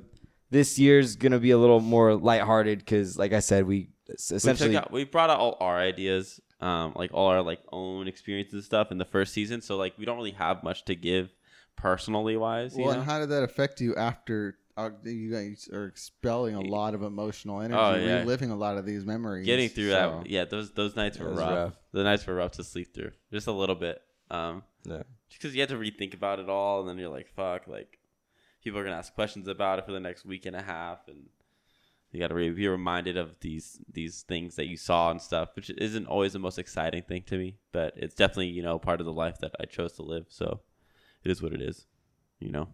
S1: this year's gonna be a little more lighthearted because, like I said, we s-
S2: We, took
S1: essentially
S2: out, we brought out all our ideas, um, like all our like own experiences and stuff in the first season. So like we don't really have much to give personally wise. You
S3: Well,
S2: know?
S3: and how did that affect you after uh, you guys are expelling a lot of emotional energy,
S2: Oh, yeah.
S3: reliving a lot of these memories?
S2: Getting through
S3: so-
S2: that, yeah, those those nights
S1: It
S2: were
S1: was
S2: rough.
S1: rough.
S2: The nights were rough to sleep through, just a little bit. Um,
S1: Yeah.
S2: because you had to rethink about it all, and then you're like, fuck, like people are gonna ask questions about it for the next week and a half, and you got to re- be reminded of these these things that you saw and stuff, which isn't always the most exciting thing to me, but it's definitely you know part of the life that I chose to live, so it is what it is, you know.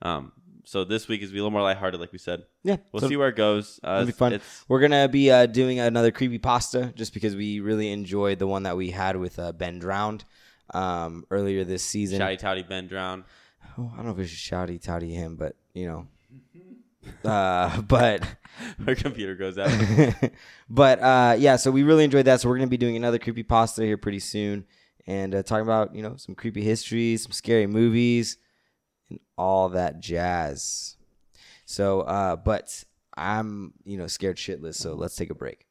S2: Um, so this week is be a little more lighthearted, like we said.
S1: yeah.
S2: We'll
S1: so-
S2: see where it goes. Uh,
S1: It'll be fun.
S2: It's,
S1: We're gonna be uh, doing another creepy pasta just because we really enjoyed the one that we had with uh, Ben Drowned um, earlier this season.
S2: Shouty Towdy Ben Drown.
S1: Oh, I don't know if we should shouty toddy him, but you know, uh, but
S2: Our computer goes out.
S1: but uh, yeah, so we really enjoyed that. So we're gonna be doing another creepy pasta here pretty soon, and uh, talking about you know some creepy histories, some scary movies, and all that jazz. So, uh, but I'm you know scared shitless. So let's take a break.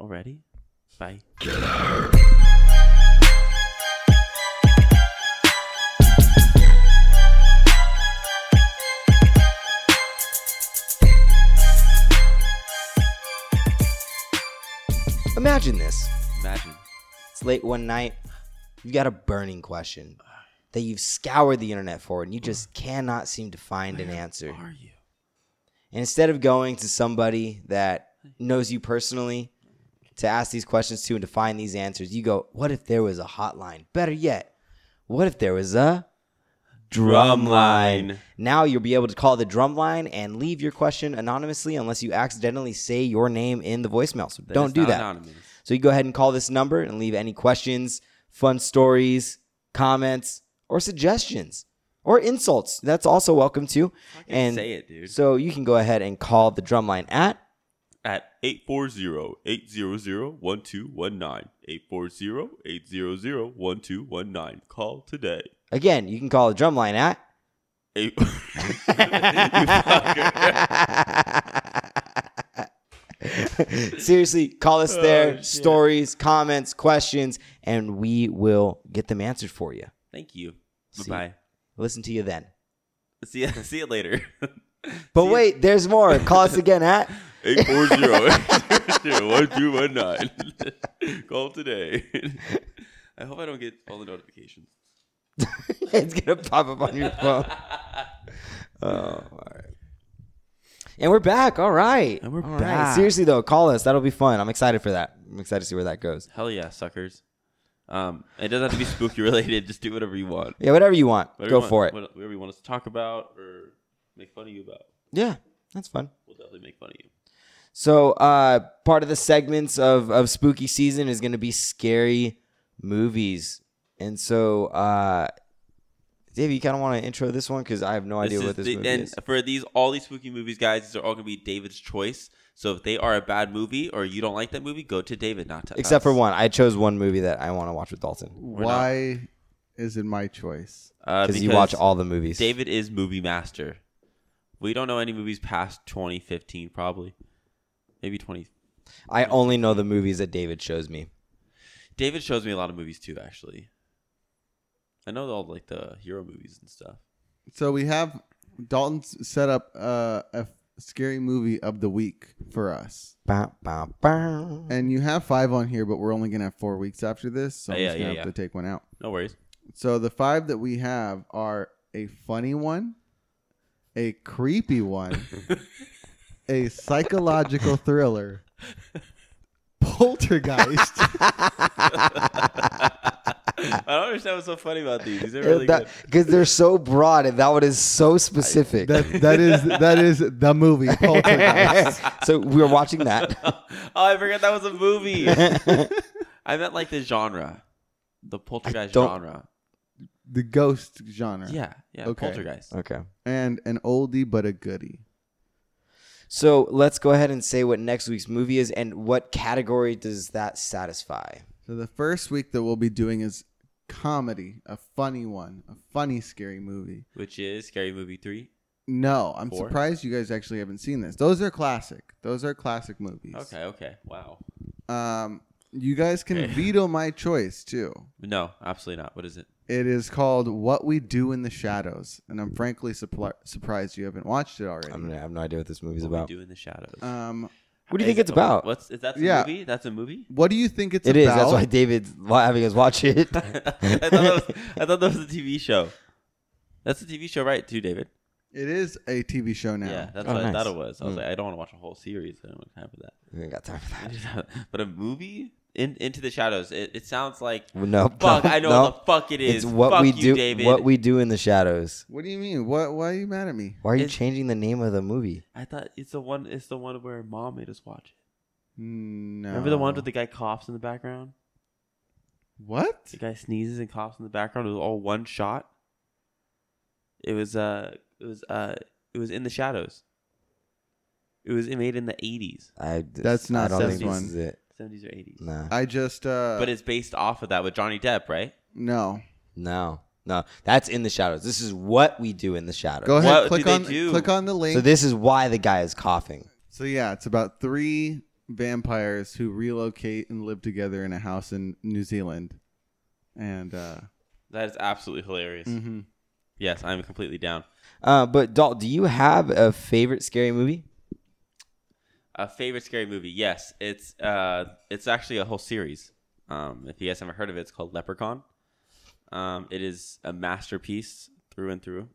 S2: Already? Bye.
S1: Imagine this.
S2: Imagine.
S1: It's late one night. You got a burning question that you've scoured the internet for and you just cannot seem to find an answer.
S2: Are you?
S1: And instead of going to somebody that knows you personally to ask these questions to and to find these answers, you go, what if there was a hotline? Better yet, what if there was a drum line?
S2: Drumline.
S1: Now you'll be able to call the drum line and leave your question anonymously unless you accidentally say your name in the voicemail. So
S2: That
S1: don't
S2: is
S1: do
S2: not
S1: that.
S2: anonymous.
S1: So you go ahead and call this number and leave any questions, fun stories, comments, or suggestions or insults. That's also welcome too. And
S2: say it, dude.
S1: so you can go ahead and call the drumline at
S2: At 840-800-1219. 840-800-1219. Call today.
S1: again, you can call the drumline at
S2: Eight- you fucker.
S1: Seriously, call us there.
S2: Oh, shit.
S1: stories, comments, questions, and we will get them answered for you.
S2: Thank you.
S1: See-
S2: Bye-bye.
S1: Listen to you then.
S2: See ya, see you later.
S1: But
S2: See ya.
S1: wait, there's more. Call us again at
S2: 840-800-1219. Call today. I hope I don't get all the notifications.
S1: it's gonna pop up on your phone. Oh, all right. And we're back. All right.
S2: And we're
S1: All right.
S2: back.
S1: Seriously though, call us. That'll be fun. I'm excited for that. I'm excited to see where that goes.
S2: Hell yeah, suckers. Um, it doesn't have to be spooky related. Just do whatever you want.
S1: Yeah, whatever you want.
S2: Whatever
S1: Go
S2: you want-
S1: for it.
S2: what- Whatever you want us to talk about or make fun of you about,
S1: yeah, that's fun.
S2: we'll definitely make fun of you.
S1: So uh part of the segments of of spooky season is gonna be scary movies. And so uh Dave, you kinda wanna intro this one because I have no idea
S2: This
S1: what
S2: is
S1: this
S2: the-
S1: movie
S2: and
S1: is.
S2: for these all these spooky movies, guys, these are all gonna be David's choice. So if they are a bad movie or you don't like that movie, go to David, not to
S1: Except
S2: us.
S1: for one. I chose one movie that I want to watch with Dalton.
S3: Why is it my choice?
S2: Uh,
S1: Because you watch all the movies.
S2: David is movie master. We don't know any movies past 2015, probably, maybe 20.
S1: I only know the movies that David shows me.
S2: David shows me a lot of movies too, actually. I know all like the hero movies and stuff.
S3: So we have Dalton's set up uh, a scary movie of the week for us,
S1: Bow, bow, bow.
S3: and you have five on here, but we're only gonna have four weeks after this, so I'm
S2: Uh, Yeah,
S3: just gonna
S2: yeah,
S3: have
S2: yeah.
S3: to take one out.
S2: No worries.
S3: So the five that we have are a funny one, a creepy one, a psychological thriller, poltergeist,
S2: I don't understand what's so funny about these. These are really good.
S1: Because they're so broad and that one is so specific.
S3: that that is that is the movie poltergeist.
S1: so we're watching that.
S2: Oh, I forgot that was a movie. I meant like the genre, the poltergeist
S1: don't-
S2: genre.
S3: the ghost genre.
S2: Yeah, yeah,
S3: Okay.
S2: poltergeist.
S1: Okay.
S3: And an oldie but a goodie.
S1: So let's go ahead and say what next week's movie is and what category does that satisfy?
S3: So the first week that we'll be doing is comedy, a funny one, a funny scary movie.
S2: which is Scary Movie three.
S3: No, I'm
S2: Four?
S3: surprised you guys actually haven't seen this. Those are classic. Those are classic movies.
S2: Okay, okay, wow.
S3: Um, you guys can
S2: Okay.
S3: veto my choice too.
S2: No, absolutely not. What is it?
S3: It is called What We Do in the Shadows, and I'm frankly supli- surprised you haven't watched it already.
S1: I, mean, I have no idea what this movie's
S2: What
S1: about.
S2: we do in the shadows.
S3: um,
S1: What do you
S2: Is
S1: think it's
S2: it-
S1: about?
S2: What's is that? A
S3: Yeah.
S2: movie? That's a movie.
S3: what do you think it's
S1: It
S3: about?
S1: is. That's why David's wa- having us watch it.
S2: I, thought that was, I thought that was a TV show. That's a TV show, right? Too, David.
S3: It is a TV show now.
S2: Yeah, that's
S1: Oh,
S2: what I
S1: nice.
S2: thought it was. I was
S1: Mm.
S2: like, I don't want to watch a whole series. I don't have time for that.
S1: we ain't got time for
S2: I
S1: that.
S2: just have- but a movie in Into the Shadows. It, it sounds like
S1: Well, No,
S2: fuck.
S1: no,
S2: I know
S1: no.
S2: what the fuck it
S1: It's
S2: is.
S1: what
S2: fuck
S1: we
S2: you,
S1: do.
S2: David.
S1: What we do in the shadows.
S3: What do you mean? What? Why are you mad at me?
S1: Why are you
S2: It's-
S1: changing the name of the movie?
S2: I thought it's the one. It's the one where mom made us watch it.
S3: No.
S2: Remember the one with the guy coughs in the background?
S3: what?
S2: The guy sneezes and coughs in the background. It was all one shot. It was uh, it was uh, it was in the shadows. It was made in the eighties,
S1: I.
S3: That's
S1: I
S3: not
S1: don't
S2: this
S1: think
S3: one.
S1: this is it.
S2: seventies or eighties.
S1: No,
S3: I just. Uh,
S2: But it's based off of that with Johnny Depp, right?
S3: no.
S1: no, no. That's in the shadows. This is what we do in the shadows.
S3: Go ahead.
S2: What
S3: click
S2: do they
S3: on.
S2: do?
S3: Click on the link.
S1: So this is why the guy is coughing.
S3: So yeah, it's about three vampires who relocate and live together in a house in New Zealand, and uh,
S2: That is absolutely hilarious.
S3: mhm.
S2: Yes, I'm completely down.
S1: Uh, but Dalt, do you have a favorite scary movie?
S2: A favorite scary movie? Yes, it's uh, it's actually a whole series. Um, if you guys haven't heard of it, it's called Leprechaun. Um, it is a masterpiece through and through.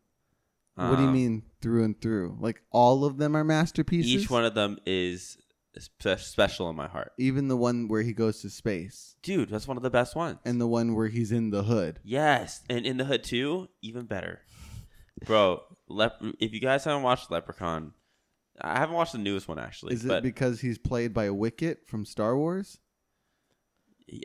S3: what do you
S2: Um,
S3: mean through and through? Like all of them are masterpieces.
S2: Each one of them is spe- special in my heart.
S3: even the one where he goes to space,
S2: Dude, that's one of the best ones.
S3: and the one where he's in the hood.
S2: yes, and in the hood too, even better. Bro, Lep- if you guys haven't watched Leprechaun, I haven't watched the newest one actually,
S3: Is it
S2: but
S3: because he's played by Wicket from Star Wars,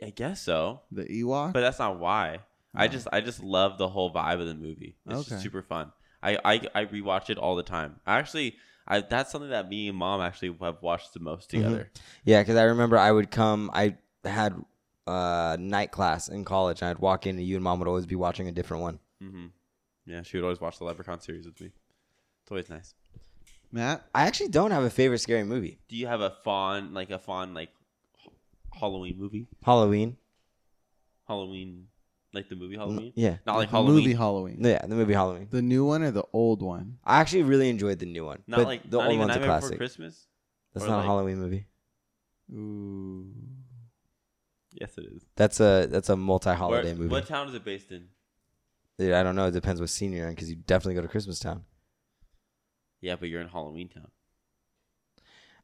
S2: I guess so.
S3: the Ewok?
S2: But that's not why. I just I just love the whole vibe of the movie. It's
S3: Okay.
S2: just super fun. I, I I rewatch it all the time. I actually I that's something that me and mom actually have watched the most
S3: Mm-hmm.
S2: together.
S1: Yeah, because I remember I would come. I had uh, night class in college, and I'd walk in, and you and mom would always be watching a different one.
S2: hmm Yeah, she would always watch the Leprechaun series with me. It's always nice.
S3: Matt,
S1: I actually don't have a favorite scary movie.
S2: Do you have a fond like a fond like h- Halloween movie?
S1: Halloween. Mm,
S2: Halloween like the movie Halloween?
S1: yeah.
S2: Not like
S3: the
S2: Halloween.
S3: movie Halloween,
S1: Yeah, the movie Halloween.
S3: the new one or the old one?
S1: I actually really enjoyed the new one.
S2: Not
S1: but
S2: like
S1: the
S2: not
S1: old
S2: even
S1: one's a
S2: Nightmare Before
S1: classic.
S2: Christmas.
S1: That's
S2: or
S1: not
S2: like-
S1: a Halloween movie.
S3: Ooh,
S2: Yes it is.
S1: That's a that's a multi-holiday
S2: Where-
S1: movie.
S2: What town is it based in?
S1: Dude, I don't know. It depends what scene you're in because you definitely go to Christmas Town.
S2: Yeah, but you're in Halloween town.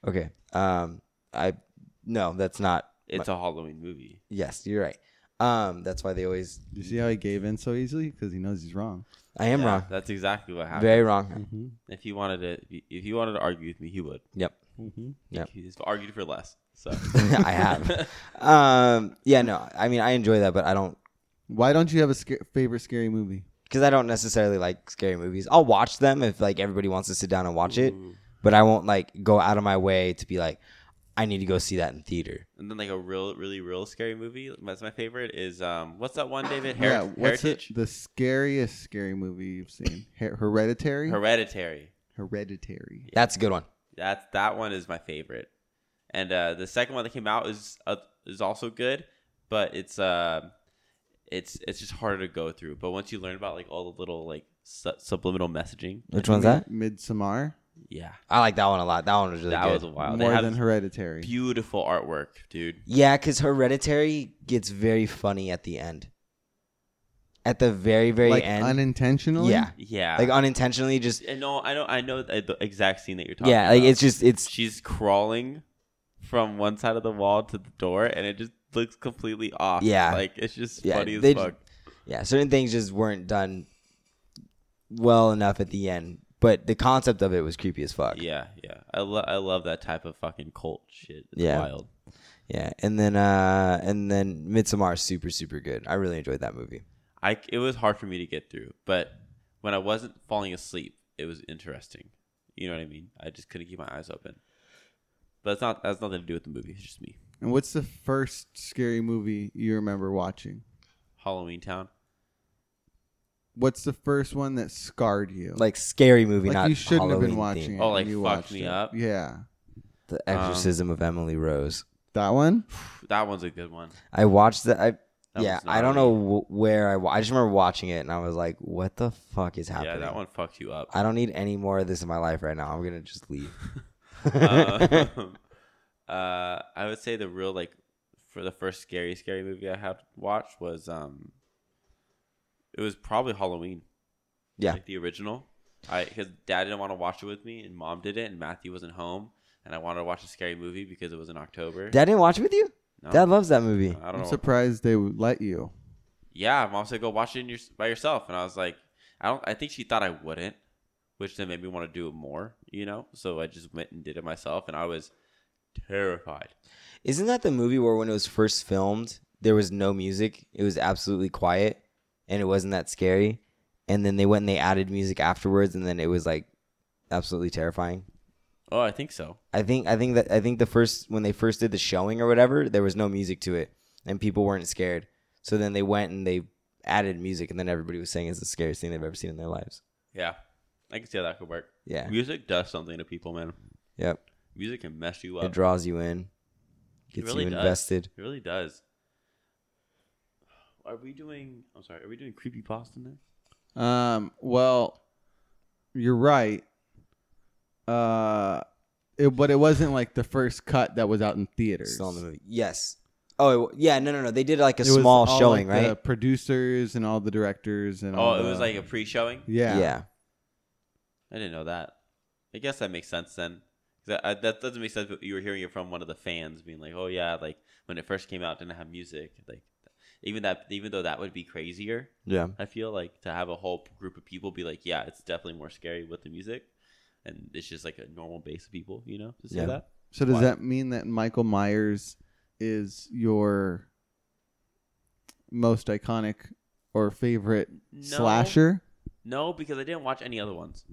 S1: Okay. Um. I no, that's not.
S2: It's a Halloween movie.
S1: Yes, you're right. Um. That's why they always.
S3: you see how he gave in so easily because he knows he's wrong.
S1: I am
S2: Yeah, Mm-hmm.
S1: wrong.
S2: That's exactly what happened.
S1: Very wrong.
S2: If he wanted to, if he- if he wanted to argue with me, he would.
S1: Yep.
S2: Mm-hmm.
S1: Yep.
S2: He's argued for less. So
S1: I have. Um. Yeah. No. I mean, I enjoy that, but I don't
S3: Why don't you have a sca- favorite scary movie?
S1: because I don't necessarily like scary movies. I'll watch them if like everybody wants to sit down and watch it, but I won't like go out of my way to be like, I need to go see that in theater.
S2: and then like a real, really, real scary movie. That's my favorite. Is um, what's that one, David? Her-
S3: yeah, what's the,
S2: Heritage.
S3: the scariest scary movie you've seen? Her- Hereditary.
S2: Hereditary.
S3: Hereditary.
S1: That's a good one.
S2: That's that one is my favorite. And uh, the second one that came out is uh, is also good, but it's uh, it's it's just harder to go through. But once you learn about like all the little like su- subliminal messaging,
S1: Which one's that?
S3: Midsommar.
S2: yeah,
S1: I like that one a lot. That one was really
S2: that
S1: good.
S2: was wild.
S3: More
S2: they have
S3: than
S2: this
S3: Hereditary.
S2: beautiful artwork, dude.
S1: Yeah, because Hereditary gets very funny at the end. At the very, very
S3: like
S1: end.
S3: unintentionally.
S1: yeah.
S2: Yeah,
S1: Like uh, unintentionally, just.
S2: I know, I know, I know the the exact scene that you're talking.
S1: Yeah, like
S2: about.
S1: it's just, it's.
S2: she's crawling from one side of the wall to the door, and it just looks completely off.
S1: Yeah.
S2: like it's just
S1: Yeah,
S2: funny
S1: they
S2: as fuck.
S1: Yeah, certain things just weren't done well enough at the end. But the concept of it was creepy as fuck.
S2: Yeah, yeah, I love, I love that type of fucking cult shit. It's
S1: Yeah.
S2: wild.
S1: Yeah, and then uh and then Midsommar is super super good. I really enjoyed that movie.
S2: I it was hard for me to get through, but when I wasn't falling asleep, it was interesting. You know what I mean? I just couldn't keep my eyes open. But it's not that's nothing to do with the movie. It's just me.
S3: And what's the first scary movie you remember watching?
S2: Halloween Town.
S3: What's the first one that scarred you?
S1: Like scary movie,
S3: Like,
S1: not
S3: you shouldn't have been
S1: Halloween
S3: watching
S1: themed.
S3: it.
S2: Oh,
S3: when
S2: like,
S3: you
S2: fucked
S3: watched
S2: me
S3: it.
S2: up?
S3: Yeah,
S1: The
S3: Um,
S1: Exorcism of Emily Rose.
S3: that one.
S2: That one's a good one.
S1: I watched that. I
S2: That
S1: yeah,
S2: one's
S1: I don't
S2: gnarly.
S1: know wh- where I. Wa- I just remember watching it and I was like, "What the fuck is happening?"
S2: Yeah, that one fucked you up.
S1: I don't need any more of this in my life right now. I'm gonna just leave.
S2: um, uh, I would say the real like for the first scary scary movie I had watched was um, it was probably Halloween.
S1: Yeah.
S2: like the original. I because Dad didn't want to watch it with me, and Mom did it, and Matthew wasn't home, and I wanted to watch a scary movie because it was in October.
S1: Dad didn't watch it with you.
S2: No, Uh.
S1: Dad loves that movie.
S2: I don't
S3: I'm
S2: know.
S3: surprised they would let you.
S2: yeah, Mom said go watch it in your, by yourself, and I was like, I don't. I think she thought I wouldn't, which then made me want to do it more. You know, so I just went and did it myself, and I was terrified.
S1: Isn't that the movie where when it was first filmed, there was no music? It was absolutely quiet and it wasn't that scary. And then they went and they added music afterwards and then it was like absolutely terrifying.
S2: Oh, I think so.
S1: I think I think that I think the first when they first did the showing or whatever, there was no music to it and people weren't scared. So then they went and they added music and then everybody was saying it's the scariest thing they've ever seen in their lives.
S2: Yeah, I can see how that could work.
S1: Yeah.
S2: Music does something to people, man.
S1: Yep.
S2: Music can mess you up.
S1: It draws you in. Gets
S2: really
S1: you
S2: does.
S1: invested.
S2: It really does. Are we doing? I'm sorry. Are we doing creepy pasta now?
S3: Um, well, you're right. Uh, it, but it wasn't like the first cut that was out in theaters.
S1: Still in the movie. Yes. Oh it- yeah, no no no. They did like a
S3: It was
S1: small
S3: all,
S1: showing,
S3: like,
S1: right?
S3: The producers and all the directors and all
S2: Oh, it was
S3: the-
S2: like a pre-showing.
S3: yeah,
S1: Yeah.
S2: I didn't know that. I guess that makes sense then. 'Cause That, I, that doesn't make sense. But you were hearing it from one of the fans, being like, "Oh yeah, like when it first came out, it didn't have music. Like even that, even though that would be crazier,
S1: Yeah.
S2: I feel like to have a whole group of people be like, yeah, it's definitely more scary with the music, and it's just like a normal base of people, you know, to say
S1: Yeah.
S2: that.
S3: So does
S2: Why?
S3: that mean that Michael Myers is your most iconic or favorite
S2: No,
S3: slasher?
S2: No, because I didn't watch any other ones.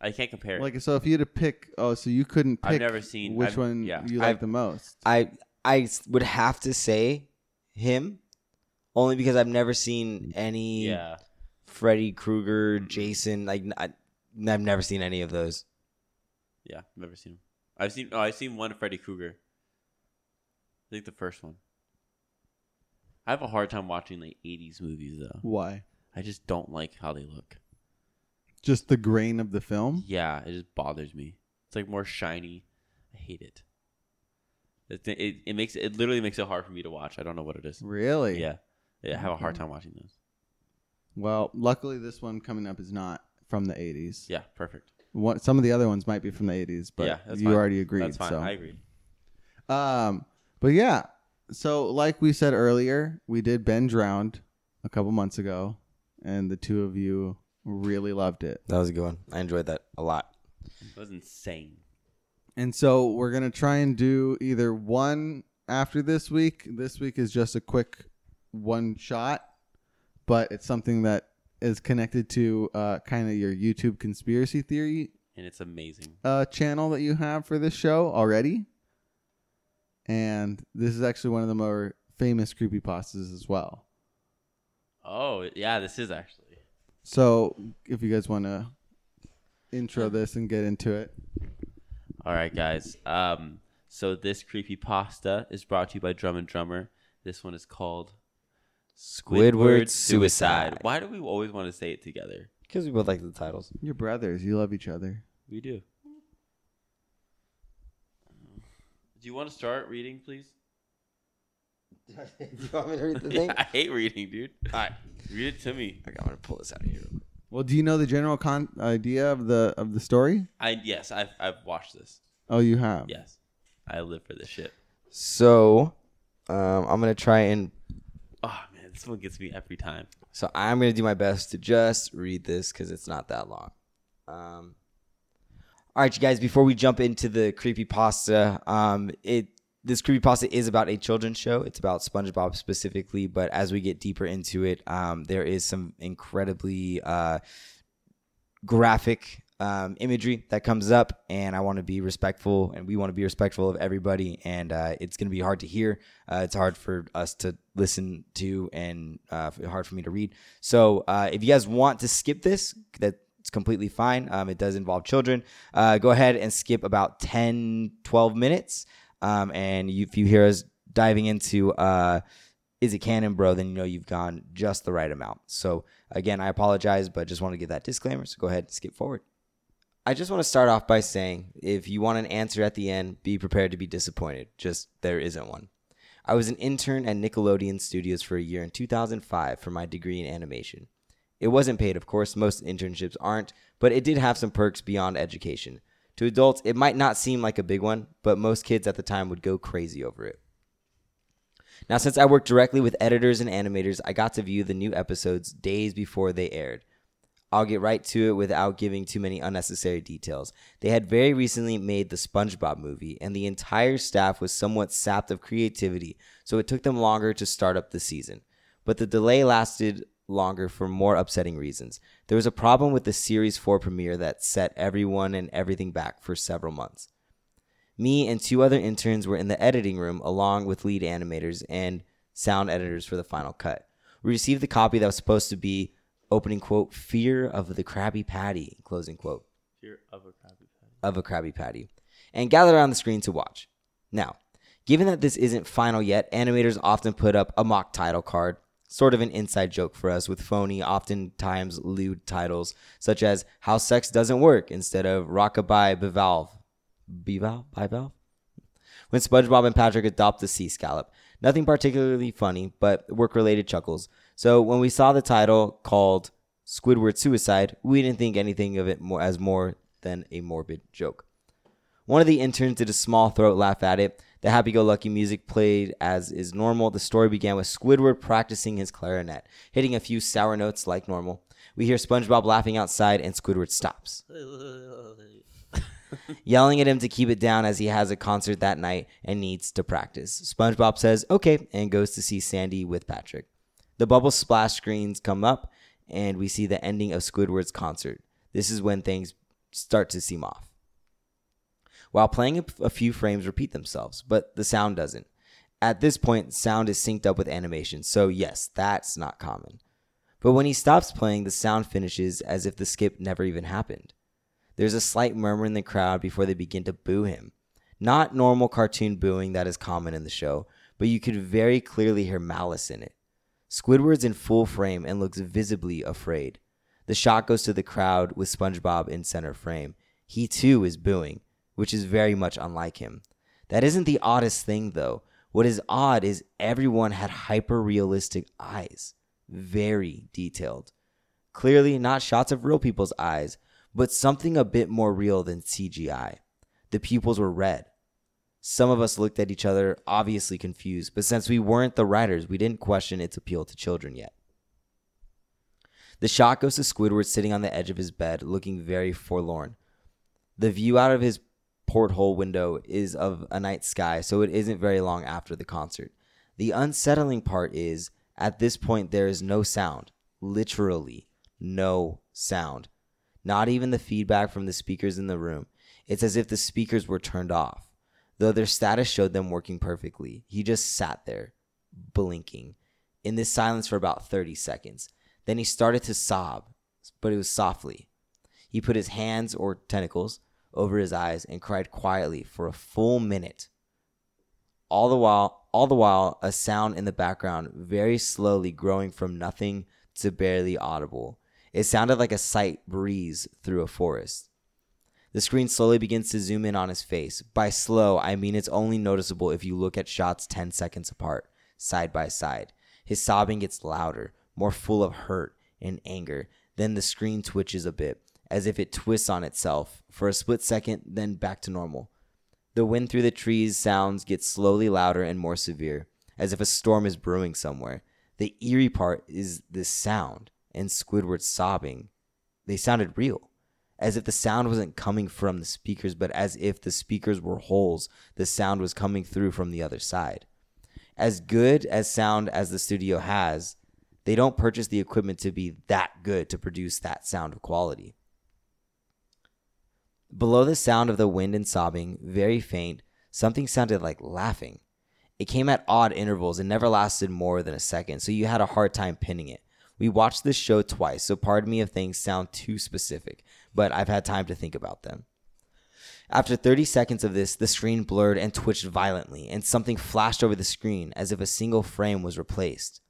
S2: I can't compare. Like,
S3: Like, so if you had to pick, oh, so you couldn't pick
S2: I've never seen
S3: which
S2: I've-
S3: one
S2: Yeah,
S3: you
S1: I've-
S3: like the most.
S1: I I s- would have to say him only because I've never seen any
S2: yeah.
S1: Freddy Krueger, Jason, like n- I, have never seen any of those.
S2: Yeah, I've never seen him. I've seen oh, I've seen one Freddy Krueger. I think the first one. I have a hard time watching like '80s movies though.
S3: Why?
S2: I just don't like how they look.
S3: Just the grain of the film.
S2: Yeah, it just bothers me. It's like more shiny. I hate it. It it, it makes it literally makes it hard for me to watch. I don't know what it is.
S3: Really?
S2: Yeah, yeah I have a hard time watching those.
S3: Well, luckily this one coming up is not from the 80s.
S2: Yeah, perfect.
S3: What, some of the other ones might be from the 80s, but
S2: yeah, that's
S3: you
S2: fine.
S3: already agreed.
S2: That's fine.
S3: So.
S2: I agree.
S3: Um, but yeah, so like we said earlier, we did Ben Drowned a couple months ago, and the two of you really loved it.
S1: That was a good one. I enjoyed that a lot.
S2: It was insane.
S3: And so we're gonna try and do either one after this week. This week is just a quick one shot, but it's something that is connected to uh, kind of your YouTube conspiracy theory
S2: and it's amazing.
S3: uh, channel that you have for this show already. And this is actually one of the more famous creepypastas as well.
S2: Oh yeah, this is actually.
S3: So, if you guys want to intro this and get into it,
S2: All right, guys. Um, so this creepy pasta is brought to you by Drum and Drummer. This one is called
S1: Squidward Suicide.
S2: Why do we always want to say it together?
S1: Because we both like the titles.
S3: you're brothers. You love each other.
S2: We do. Do you want to start reading, please?
S1: Do you want me to read the thing?
S2: I hate reading, dude. All right, read it to me.
S1: Okay, I'm gonna pull this out of here. real quick.
S3: Well, do you know the general con- idea of the of the story?
S2: I yes, I've I've watched this.
S3: Oh, you have.
S2: Yes, I live for this shit.
S1: So, um, I'm gonna try and
S2: Oh man, this one gets me every time.
S1: So I'm going to do my best to just read this because it's not that long. Um, all right, you guys, before we jump into the creepypasta, um, it this creepypasta is about a children's show. It's about SpongeBob specifically, but as we get deeper into it, um, there is some incredibly uh, graphic um, imagery that comes up, and I want to be respectful, and we want to be respectful of everybody. And uh, it's going to be hard to hear. Uh, it's hard for us to listen to, and uh, f- hard for me to read. So uh, if you guys want to skip this, that's completely fine. Um, it does involve children. Uh, go ahead and skip about 10, 12 minutes. Um, and you, if you hear us diving into uh, is it canon, bro, then you know you've gone just the right amount. So again, I apologize, but just want to give that disclaimer. So go ahead and skip forward. I just want to start off by saying if you want an answer at the end, be prepared to be disappointed. Just there isn't one. I was an intern at Nickelodeon Studios for a year in 2005 for my degree in animation. It wasn't paid, of course, most internships aren't, but it did have some perks beyond education. To adults, it might not seem like a big one, but most kids at the time would go crazy over it. Now, since I worked directly with editors and animators, I got to view the new episodes days before they aired. I'll get right to it without giving too many unnecessary details. They had very recently made the SpongeBob movie, and the entire staff was somewhat sapped of creativity, so it took them longer to start up the season. But the delay lasted longer for more upsetting reasons. There was a problem with the Series 4 premiere that set everyone and everything back for several months. Me and two other interns were in the editing room along with lead animators and sound editors for the final cut. We received the copy that was supposed to be opening quote fear of the Krabby Patty closing quote
S2: Fear of a copy.
S1: of a Krabby Patty and gathered around the screen to watch. Now, given that this isn't final yet, animators often put up a mock title card, sort of an inside joke for us with phony, oftentimes lewd titles such as How Sex Doesn't Work instead of Rockabye Bivalve. Bivalve? Bivalve? When SpongeBob and Patrick adopt the sea scallop. Nothing particularly funny, but work related chuckles. So when we saw the title called Squidward Suicide, we didn't think anything of it more as more than a morbid joke. One of the interns did a small throat laugh at it. The happy go lucky music played as is normal. The story began with Squidward practicing his clarinet, hitting a few sour notes like normal. We hear SpongeBob laughing outside, and Squidward stops, yelling at him to keep it down as he has a concert that night and needs to practice. SpongeBob says, okay, and goes to see Sandy with Patrick. The bubble splash screens come up, and we see the ending of Squidward's concert. This is when things start to seem off while playing a, a few frames repeat themselves, but the sound doesn't. At this point, sound is synced up with animation, so yes, that's not common. But when he stops playing, the sound finishes as if the skip never even happened. There's a slight murmur in the crowd before they begin to boo him. Not normal cartoon booing that is common in the show, but you could very clearly hear malice in it. Squidward's in full frame and looks visibly afraid. The shot goes to the crowd with SpongeBob in center frame. He too is booing, which is very much unlike him. That isn't the oddest thing, though. What is odd is everyone had hyper realistic eyes, very detailed. Clearly, not shots of real people's eyes, but something a bit more real than CGI. The pupils were red, some of us looked at each other, obviously confused, but since we weren't the writers, we didn't question its appeal to children yet. The shot goes to Squidward sitting on the edge of his bed, looking very forlorn. The view out of his porthole window is of a night sky, so it isn't very long after the concert. The unsettling part is, at this point, there is no sound. Literally, no sound. Not even the feedback from the speakers in the room. It's as if the speakers were turned off. Though their status showed them working perfectly, he just sat there, blinking, in this silence for about 30 seconds. Then he started to sob, but it was softly. He put his hands or tentacles over his eyes and cried quietly for a full minute. All the while, all the while, a sound in the background, very slowly growing from nothing to barely audible. It sounded like a slight breeze through a forest. The screen slowly begins to zoom in on his face. By slow, I mean it's only noticeable if you look at shots 10 seconds apart, side by side. His sobbing gets louder, more full of hurt and anger. Then the screen twitches a bit, as if it twists on itself for a split second, then back to normal. The wind through the trees sounds get slowly louder and more severe, as if a storm is brewing somewhere. The eerie part is this sound and Squidward's sobbing. They sounded real, as if the sound wasn't coming from the speakers, but as if the speakers were holes, the sound was coming through from the other side. As good as sound as the studio has, they don't purchase the equipment to be that good to produce that sound of quality. Below the sound of the wind and sobbing, very faint, something sounded like laughing. It came at odd intervals and never lasted more than a second, so you had a hard time pinning it. We watched this show twice, so pardon me if things sound too specific, but I've had time to think about them. After 30 seconds of this, the screen blurred and twitched violently, and something flashed over the screen as if a single frame was replaced.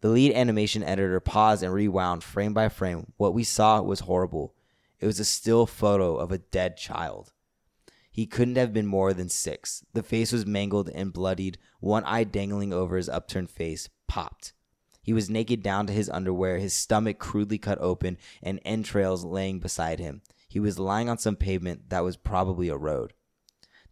S1: The lead animation editor paused and rewound frame by frame. What we saw was horrible. It was a still photo of a dead child. He couldn't have been more than six. The face was mangled and bloodied, one eye dangling over his upturned face, popped. He was naked down to his underwear, his stomach crudely cut open, and entrails laying beside him. He was lying on some pavement that was probably a road.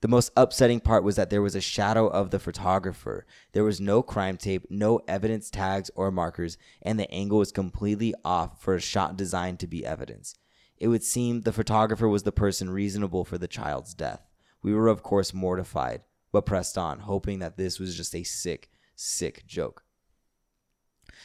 S1: The most upsetting part was that there was a shadow of the photographer. There was no crime tape, no evidence tags or markers, and the angle was completely off for a shot designed to be evidence. It would seem the photographer was the person reasonable for the child's death. We were, of course, mortified, but pressed on, hoping that this was just a sick, sick joke.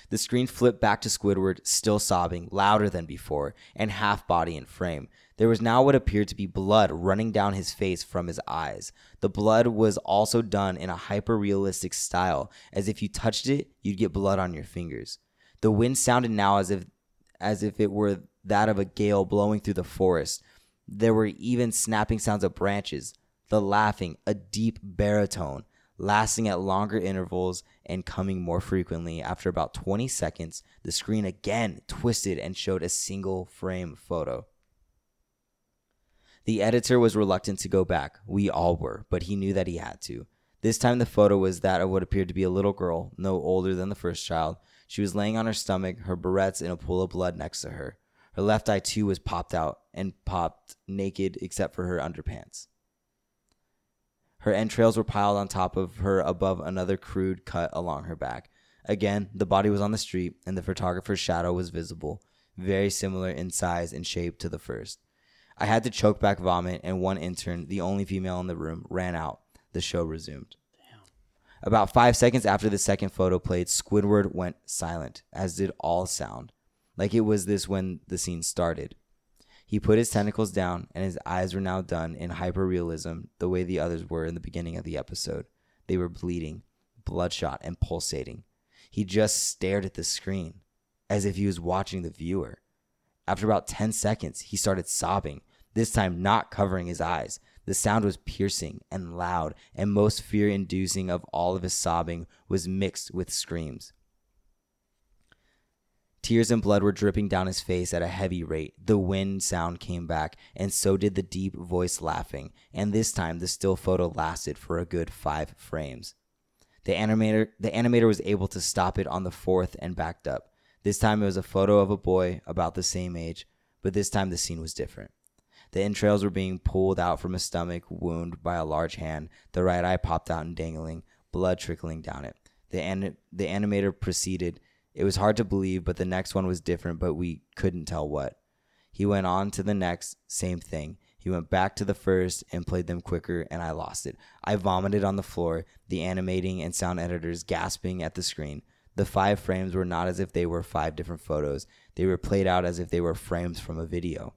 S1: The screen flipped back to Squidward, still sobbing, louder than before, and half body in frame. There was now what appeared to be blood running down his face from his eyes. The blood was also done in a hyper realistic style, as if you touched it, you'd get blood on your fingers. The wind sounded now as if as if it were that of a gale blowing through the forest. There were even snapping sounds of branches, the laughing, a deep baritone, lasting at longer intervals and coming more frequently. After about 20 seconds, the screen again twisted and showed a single frame photo. The editor was reluctant to go back. We all were, but he knew that he had to. This time, the photo was that of what appeared to be a little girl, no older than the first child. She was laying on her stomach, her barrettes in a pool of blood next to her. Her left eye, too, was popped out and popped naked except for her underpants. Her entrails were piled on top of her above another crude cut along her back. Again, the body was on the street, and the photographer's shadow was visible, very similar in size and shape to the first. I had to choke back vomit, and one intern, the only female in the room, ran out. The show resumed. About five seconds after the second photo played, Squidward went silent, as did all sound, like it was this when the scene started. He put his tentacles down, and his eyes were now done in hyperrealism, the way the others were in the beginning of the episode. They were bleeding, bloodshot, and pulsating. He just stared at the screen, as if he was watching the viewer. After about 10 seconds, he started sobbing, this time not covering his eyes. The sound was piercing and loud, and most fear inducing of all of his sobbing was mixed with screams. Tears and blood were dripping down his face at a heavy rate. The wind sound came back, and so did the deep voice laughing, and this time the still photo lasted for a good five frames. The animator the animator was able to stop it on the fourth and backed up. This time it was a photo of a boy about the same age, but this time the scene was different. The entrails were being pulled out from his stomach wound by a large hand. The right eye popped out and dangling, blood trickling down it. The an- the animator proceeded. It was hard to believe, but the next one was different, but we couldn't tell what. He went on to the next, same thing. He went back to the first and played them quicker, and I lost it. I vomited on the floor, the animating and sound editors gasping at the screen. The five frames were not as if they were five different photos, they were played out as if they were frames from a video.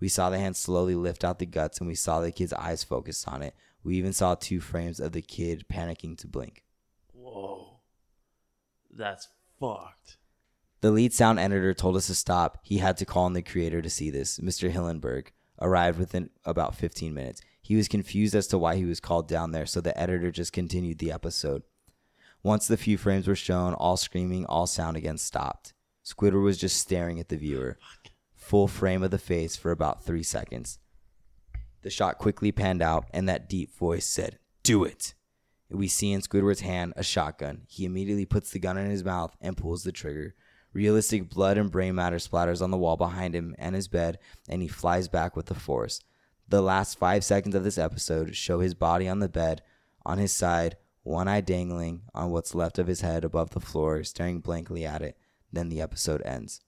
S1: We saw the hand slowly lift out the guts, and we saw the kid's eyes focused on it. We even saw two frames of the kid panicking to blink.
S5: Whoa. That's fucked.
S1: The lead sound editor told us to stop. He had to call on the creator to see this. Mr. Hillenberg arrived within about 15 minutes. He was confused as to why he was called down there, so the editor just continued the episode. Once the few frames were shown, all screaming, all sound again stopped. Squidward was just staring at the viewer, full frame of the face for about three seconds. The shot quickly panned out, and that deep voice said, Do it. We see in Squidward's hand a shotgun. He immediately puts the gun in his mouth and pulls the trigger. Realistic blood and brain matter splatters on the wall behind him and his bed, and he flies back with the force. The last five seconds of this episode show his body on the bed, on his side, one eye dangling on what's left of his head above the floor, staring blankly at it. Then the episode ends.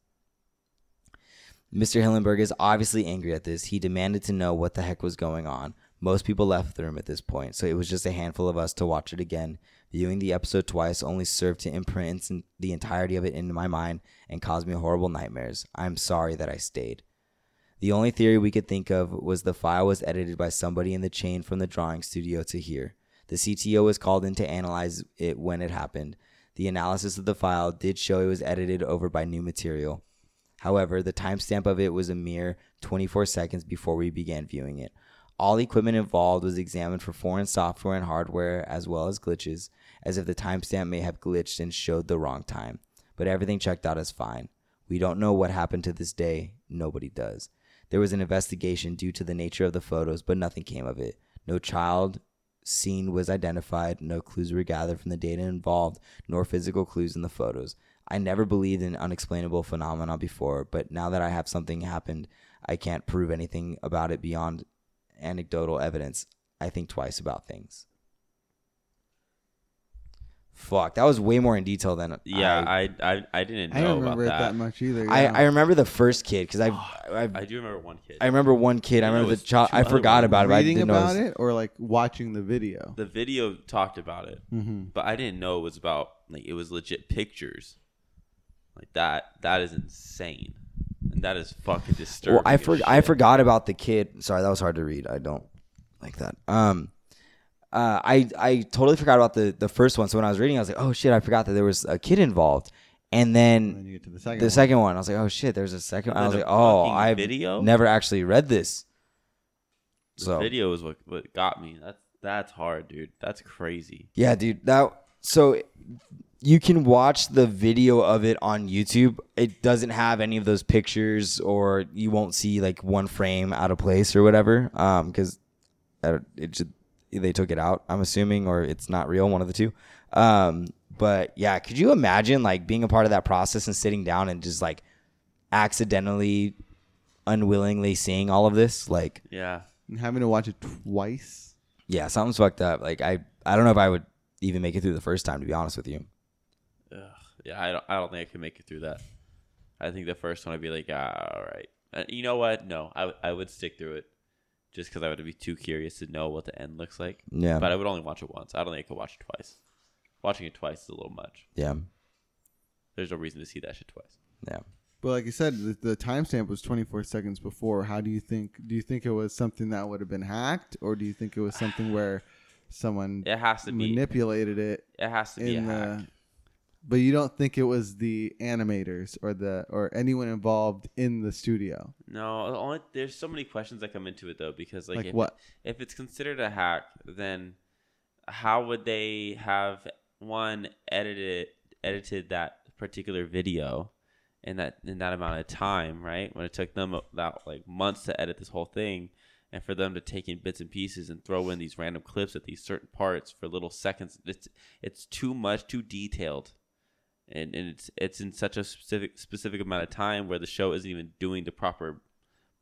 S1: Mr. Hillenberg is obviously angry at this. He demanded to know what the heck was going on. Most people left the room at this point, so it was just a handful of us to watch it again. Viewing the episode twice only served to imprint in- the entirety of it into my mind and caused me horrible nightmares. I'm sorry that I stayed. The only theory we could think of was the file was edited by somebody in the chain from the drawing studio to here. The CTO was called in to analyze it when it happened. The analysis of the file did show it was edited over by new material. However, the timestamp of it was a mere 24 seconds before we began viewing it. All equipment involved was examined for foreign software and hardware as well as glitches, as if the timestamp may have glitched and showed the wrong time. But everything checked out as fine. We don't know what happened to this day. Nobody does. There was an investigation due to the nature of the photos, but nothing came of it. No child scene was identified, no clues were gathered from the data involved, nor physical clues in the photos. I never believed in unexplainable phenomena before, but now that I have something happened, I can't prove anything about it beyond anecdotal evidence. I think twice about things. Fuck, that was way more in detail than
S2: Yeah,
S1: I
S2: I I, I didn't
S3: I
S2: know
S3: don't remember it
S2: about
S3: that
S2: that.
S3: much either.
S1: I,
S3: yeah.
S1: I remember the first kid because I I
S2: I do remember one kid.
S1: I remember one kid. I
S2: I know
S1: remember
S2: it
S1: the
S2: was
S1: child.
S2: two
S1: I
S2: other
S1: forgot
S2: ones.
S1: about it. But I
S3: reading
S1: didn't know.
S3: about
S1: it was-
S3: it or like watching the video.
S2: the video talked about it,
S1: Mm-hmm.
S3: hmm
S2: but I didn't know it was about like it was legit pictures. Like that that is insane. And that is fucking disturbing.
S1: Well, I
S2: as
S1: for, I
S2: shit.
S1: forgot about the kid. Sorry, that was hard to read. I don't like that. Um, uh, I I totally forgot about the the first one. So when I was reading, I was like, oh shit, I forgot that there was a kid involved. And
S3: And then
S1: then
S3: you get to the second.
S1: the
S3: one.
S1: second one, I was like, oh shit, there's a second. one. I
S2: Then
S1: was
S2: a
S1: like, oh,
S2: fucking
S1: I've
S2: video?
S1: never actually read this.
S2: The
S1: So
S2: video is what what got me. That's that's hard, dude. That's crazy.
S1: Yeah, dude. That so you can watch the video of it on YouTube. It doesn't have any of those pictures, or you won't see like one frame out of place or whatever. Um, because it just, they took it out. I'm assuming, or it's not real. One of the two. Um, but yeah, could you imagine like being a part of that process and sitting down and just like accidentally, unwillingly seeing all of this? Like,
S2: Yeah.
S3: And having to watch it twice.
S1: yeah, something's fucked up. Like, I I don't know if I would even make it through the first time. To be honest with you.
S2: Ugh. Yeah, I don't I don't think I could make it through that. I think the first one I'd be like, ah, all right. Uh, you know what? No, I would- I would stick through it just cuz I would be too curious to know what the end looks like.
S1: Yeah.
S2: But I would only watch it once. I don't think I could watch it twice. Watching it twice is a little much.
S1: yeah.
S2: There's no reason to see that shit twice.
S1: Yeah.
S3: But like you said, the, the timestamp was 24 seconds before. How do you think? Do you think it was something that would have been hacked, or do you think it was something where someone
S2: It has to be.
S3: manipulated it
S2: it has to be a
S3: in uh,
S2: hack.
S3: the? But you don't think it was the animators or the or anyone involved in the studio?
S2: No, the only there's so many questions that come into it though because like,
S3: Like
S2: if,
S3: what?
S2: if it's considered a hack, then how would they have one edited edited that particular video in that in that amount of time, right? When it took them about like months to edit this whole thing and for them to take in bits and pieces and throw in these random clips at these certain parts for little seconds, it's it's too much, too detailed. And, and it's it's in such a specific specific amount of time where the show isn't even doing the proper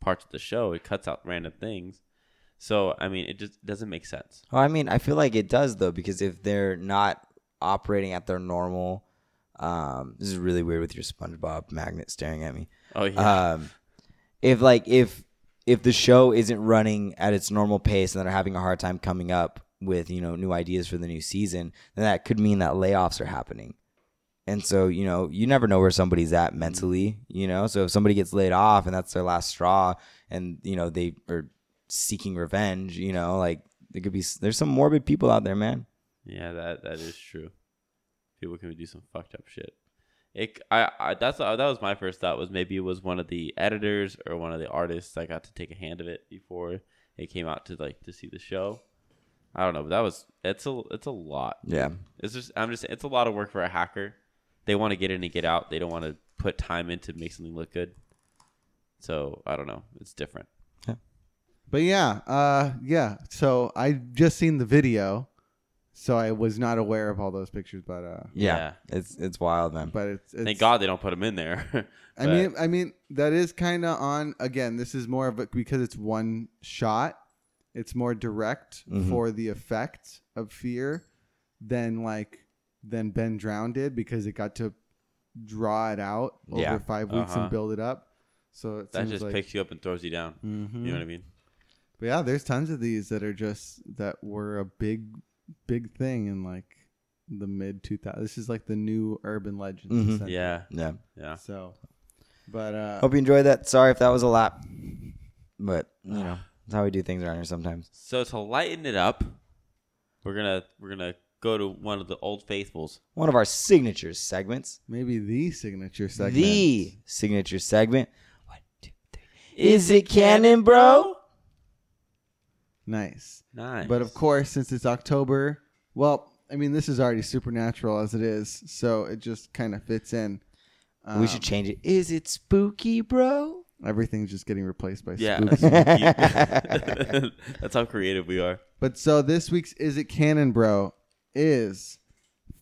S2: parts of the show. It cuts out random things. So I mean, it just doesn't make sense.
S1: Well, I mean, I feel like it does though because if they're not operating at their normal, um, this is really weird with your SpongeBob magnet staring at me.
S2: Oh yeah,
S1: Um, if like if if the show isn't running at its normal pace and they're having a hard time coming up with you know new ideas for the new season, then that could mean that layoffs are happening. And so, you know, you never know where somebody's at mentally, you know? So if somebody gets laid off and that's their last straw and, you know, they are seeking revenge, you know, like there could be, there's some morbid people out there, man.
S2: yeah, that that is true. People can do some fucked up shit. It, I, I, that's uh, that was my first thought was maybe it was one of the editors or one of the artists that got to take a hand of it before it came out to like to see the show. I don't know, but that was it's a it's a lot.
S1: Yeah.
S2: It's just I'm just it's a lot of work for a hacker. They want to get in and get out. They don't want to put time in to make something look good. So I don't know. It's different.
S3: But yeah, uh, yeah. So I just seen the video, so I was not aware of all those pictures. But uh,
S1: Yeah. It's, it's wild, man.
S3: but it's, it's
S2: Thank God they don't put them in there.
S3: I
S2: But-
S3: mean, I mean that is kind of on. Again, this is more of a, because it's one shot. It's more direct
S2: Mm-hmm.
S1: Mhm.
S3: for the effect of fear than like than Ben Drown did because it got to draw it out over
S1: Yeah.
S3: five weeks
S2: Uh-huh.
S3: and build it up. So it
S2: that
S3: seems
S2: just
S3: like,
S2: picks you up and throws you down.
S3: Mhm.
S2: You know what I mean?
S3: But yeah, there's tons of these that are just that were a big, big thing in like the mid 2000s. This is like the new urban legends.
S1: Mhm.
S3: essentially.
S2: Mm-hmm.
S1: Yeah.
S2: Yeah, yeah.
S3: So, but uh,
S1: Hope you enjoyed that. Sorry if that was a lap. But you know, that's how we do things around here sometimes.
S2: So to lighten it up, we're gonna we're gonna go to one of the old faithfuls.
S1: One of our signature segments,
S3: Maybe the signature segment.
S1: the signature segment. One, two, three. Is it canon, bro?
S3: Nice.
S2: Nice.
S3: But of course, since it's October, well, I mean, this is already supernatural as it is, so it just kind of fits in.
S1: we should change it. Is it spooky, bro?
S3: Um, Everything's just getting replaced by
S2: yeah,
S3: spooky.
S2: that's- that's how creative we are.
S3: But so this week's Is It Canon, Bro? is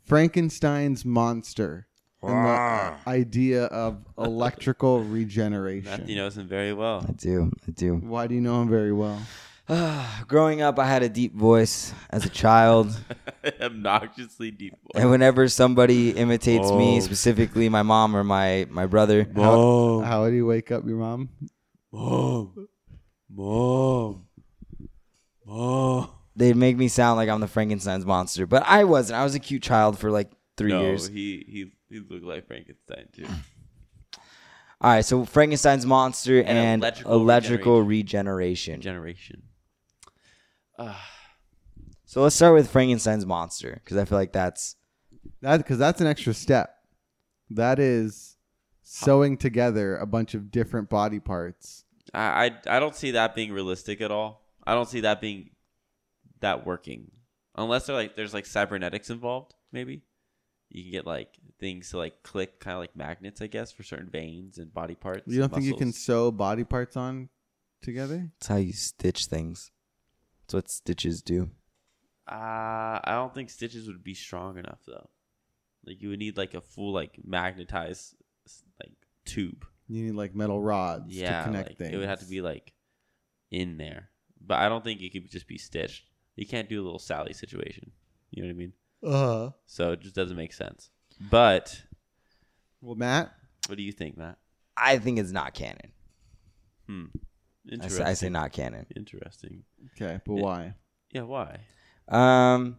S3: Frankenstein's monster and the idea of electrical regeneration.
S2: Matthew knows him very well.
S1: I do. I do.
S3: Why do you know him very well?
S1: Growing up, I had a deep voice as a child.
S2: Obnoxiously deep voice.
S1: And whenever somebody imitates me,
S5: Oh.
S1: specifically my mom or my my brother,
S5: Mom,
S3: How do you wake up your mom?
S5: mom, mom, mom.
S1: they'd make me sound like I'm the Frankenstein's monster. But I wasn't. I was a cute child for like three
S2: no,
S1: years.
S2: he he he looked like Frankenstein too.
S1: All right, so Frankenstein's monster and,
S2: electrical
S1: electrical, regeneration.
S2: Generation.
S1: So let's start with Frankenstein's monster because I feel like that's
S3: That because that's an extra step. That is sewing together a bunch of different body parts.
S2: I, I I don't see that being realistic at all. I don't see that being that working unless they're like there's like cybernetics involved. Maybe you can get like things to like click, kind of like magnets, I guess, for certain veins and body parts.
S3: You don't think you can
S2: muscles.
S3: sew body parts on together?
S1: that's how you stitch things. That's what stitches do.
S2: Uh, I don't think stitches would be strong enough though. Like you would need like a full like magnetized s- like tube.
S3: You need like metal rods
S2: Yeah,
S3: to connect
S2: like,
S3: things.
S2: it would have to be like in there. But I don't think it could just be stitched. You can't do a little Sally situation. You know what I mean?
S3: Uh,
S2: So it just doesn't make sense. But
S3: well, Matt,
S2: what do you think, Matt? Hmm.
S1: I think it's not canon. I say,
S2: Interesting.
S1: I say not canon.
S2: Interesting.
S3: Okay, but why?
S2: Yeah, why?
S1: Um,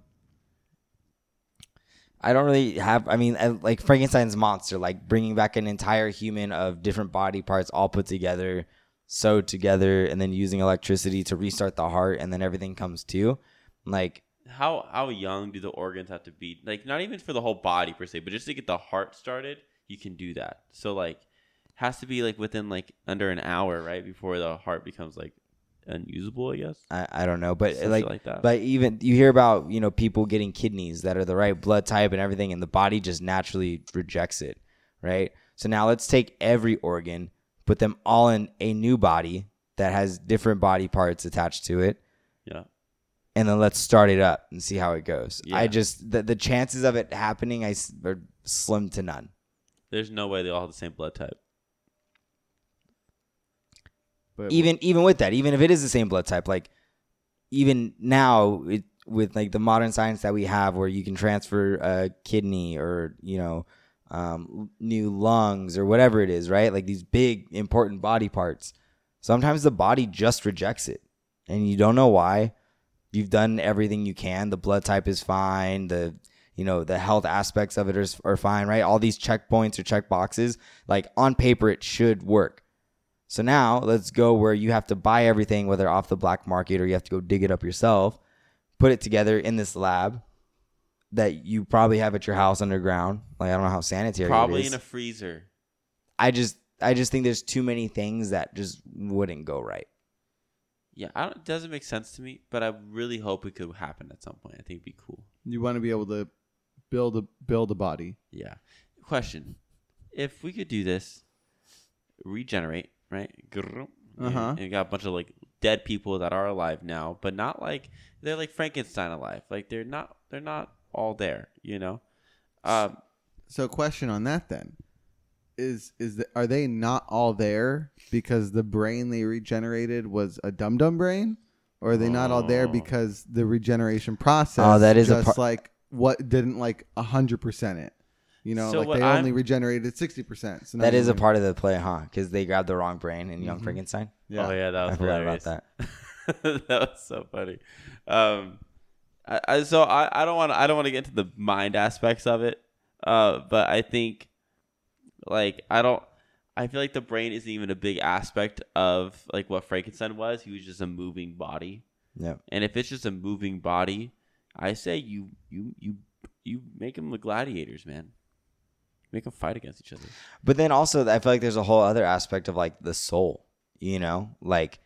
S1: I don't really have. I mean, I, like Frankenstein's monster, like bringing back an entire human of different body parts all put together, sewed together, and then using electricity to restart the heart, and then everything comes to. Like,
S2: How how young do the organs have to be? Like not even for the whole body per se, but just to get the heart started, you can do that. So like has to be like within like under an hour, right? Before the heart becomes like unusable, I guess.
S1: I, I don't know, Uh, but
S2: Something
S1: like,
S2: like that.
S1: but even you hear about you know people getting kidneys that are the right blood type and everything, and the body just naturally rejects it, right? So now let's take every organ, put them all in a new body that has different body parts attached to it,
S2: Yeah.
S1: and then let's start it up and see how it goes.
S2: Yeah.
S1: I just the, the chances of it happening I s- are slim to none.
S2: There's no way they all have the same blood type.
S3: But
S1: Even even with that, even if it is the same blood type, like even now it, with like the modern science that we have, where you can transfer a kidney or you know um, new lungs or whatever it is, right? Like these big important body parts. Sometimes the body just rejects it, and you don't know why. You've done everything you can. The blood type is fine. The you know the health aspects of it are, are fine, right? All these checkpoints or check boxes, like on paper, it should work. So now let's go where you have to buy everything, whether off the black market or you have to go dig it up yourself, put it together in this lab that you probably have at your house underground. Like I don't know how sanitary it
S2: Probably
S1: is.
S2: in a freezer.
S1: I just I just think there's too many things that just wouldn't go right.
S2: Yeah, I don't, it doesn't make sense to me, but I really hope it could happen at some point. I think it'd be cool.
S3: you want to be able to build a build a body.
S2: Yeah. Question: If we could do this, regenerate, right? Grrrr, and-
S3: Uh-huh.
S2: And, got a bunch of like dead people that are alive now, but not like they're like Frankenstein alive. Like they're not. They're not all there. You know. Um.
S3: So, question on that then is is the, are they not all there because the brain they regenerated was a dum dum brain, or are they not all there
S2: Oh.
S3: because the regeneration process?
S1: Oh, that is a
S3: just
S1: par-
S3: like what didn't like hundred percent it. You know,
S2: So
S3: like
S2: what
S3: they
S2: I'm-
S3: only regenerated sixty percent. So now
S1: That
S3: you
S1: is a
S2: Mm-hmm.
S3: only-
S1: part of the play, huh? Because they grabbed the wrong brain in Young Frankenstein.
S3: Yeah.
S2: Oh yeah, that was
S1: I forgot about
S2: hilarious.
S1: that.
S2: that was so funny. Um, I, I so I, I don't want I don't want to get into the mind aspects of it. Uh, but I think like I don't I feel like the brain isn't even a big aspect of like what Frankenstein was. He was just a moving body.
S1: Yeah.
S2: And if it's just a moving body, I say you you you you make them the gladiators, man. Make them fight against each other.
S1: But then also, I feel like there's a whole other aspect of like the soul. You know, like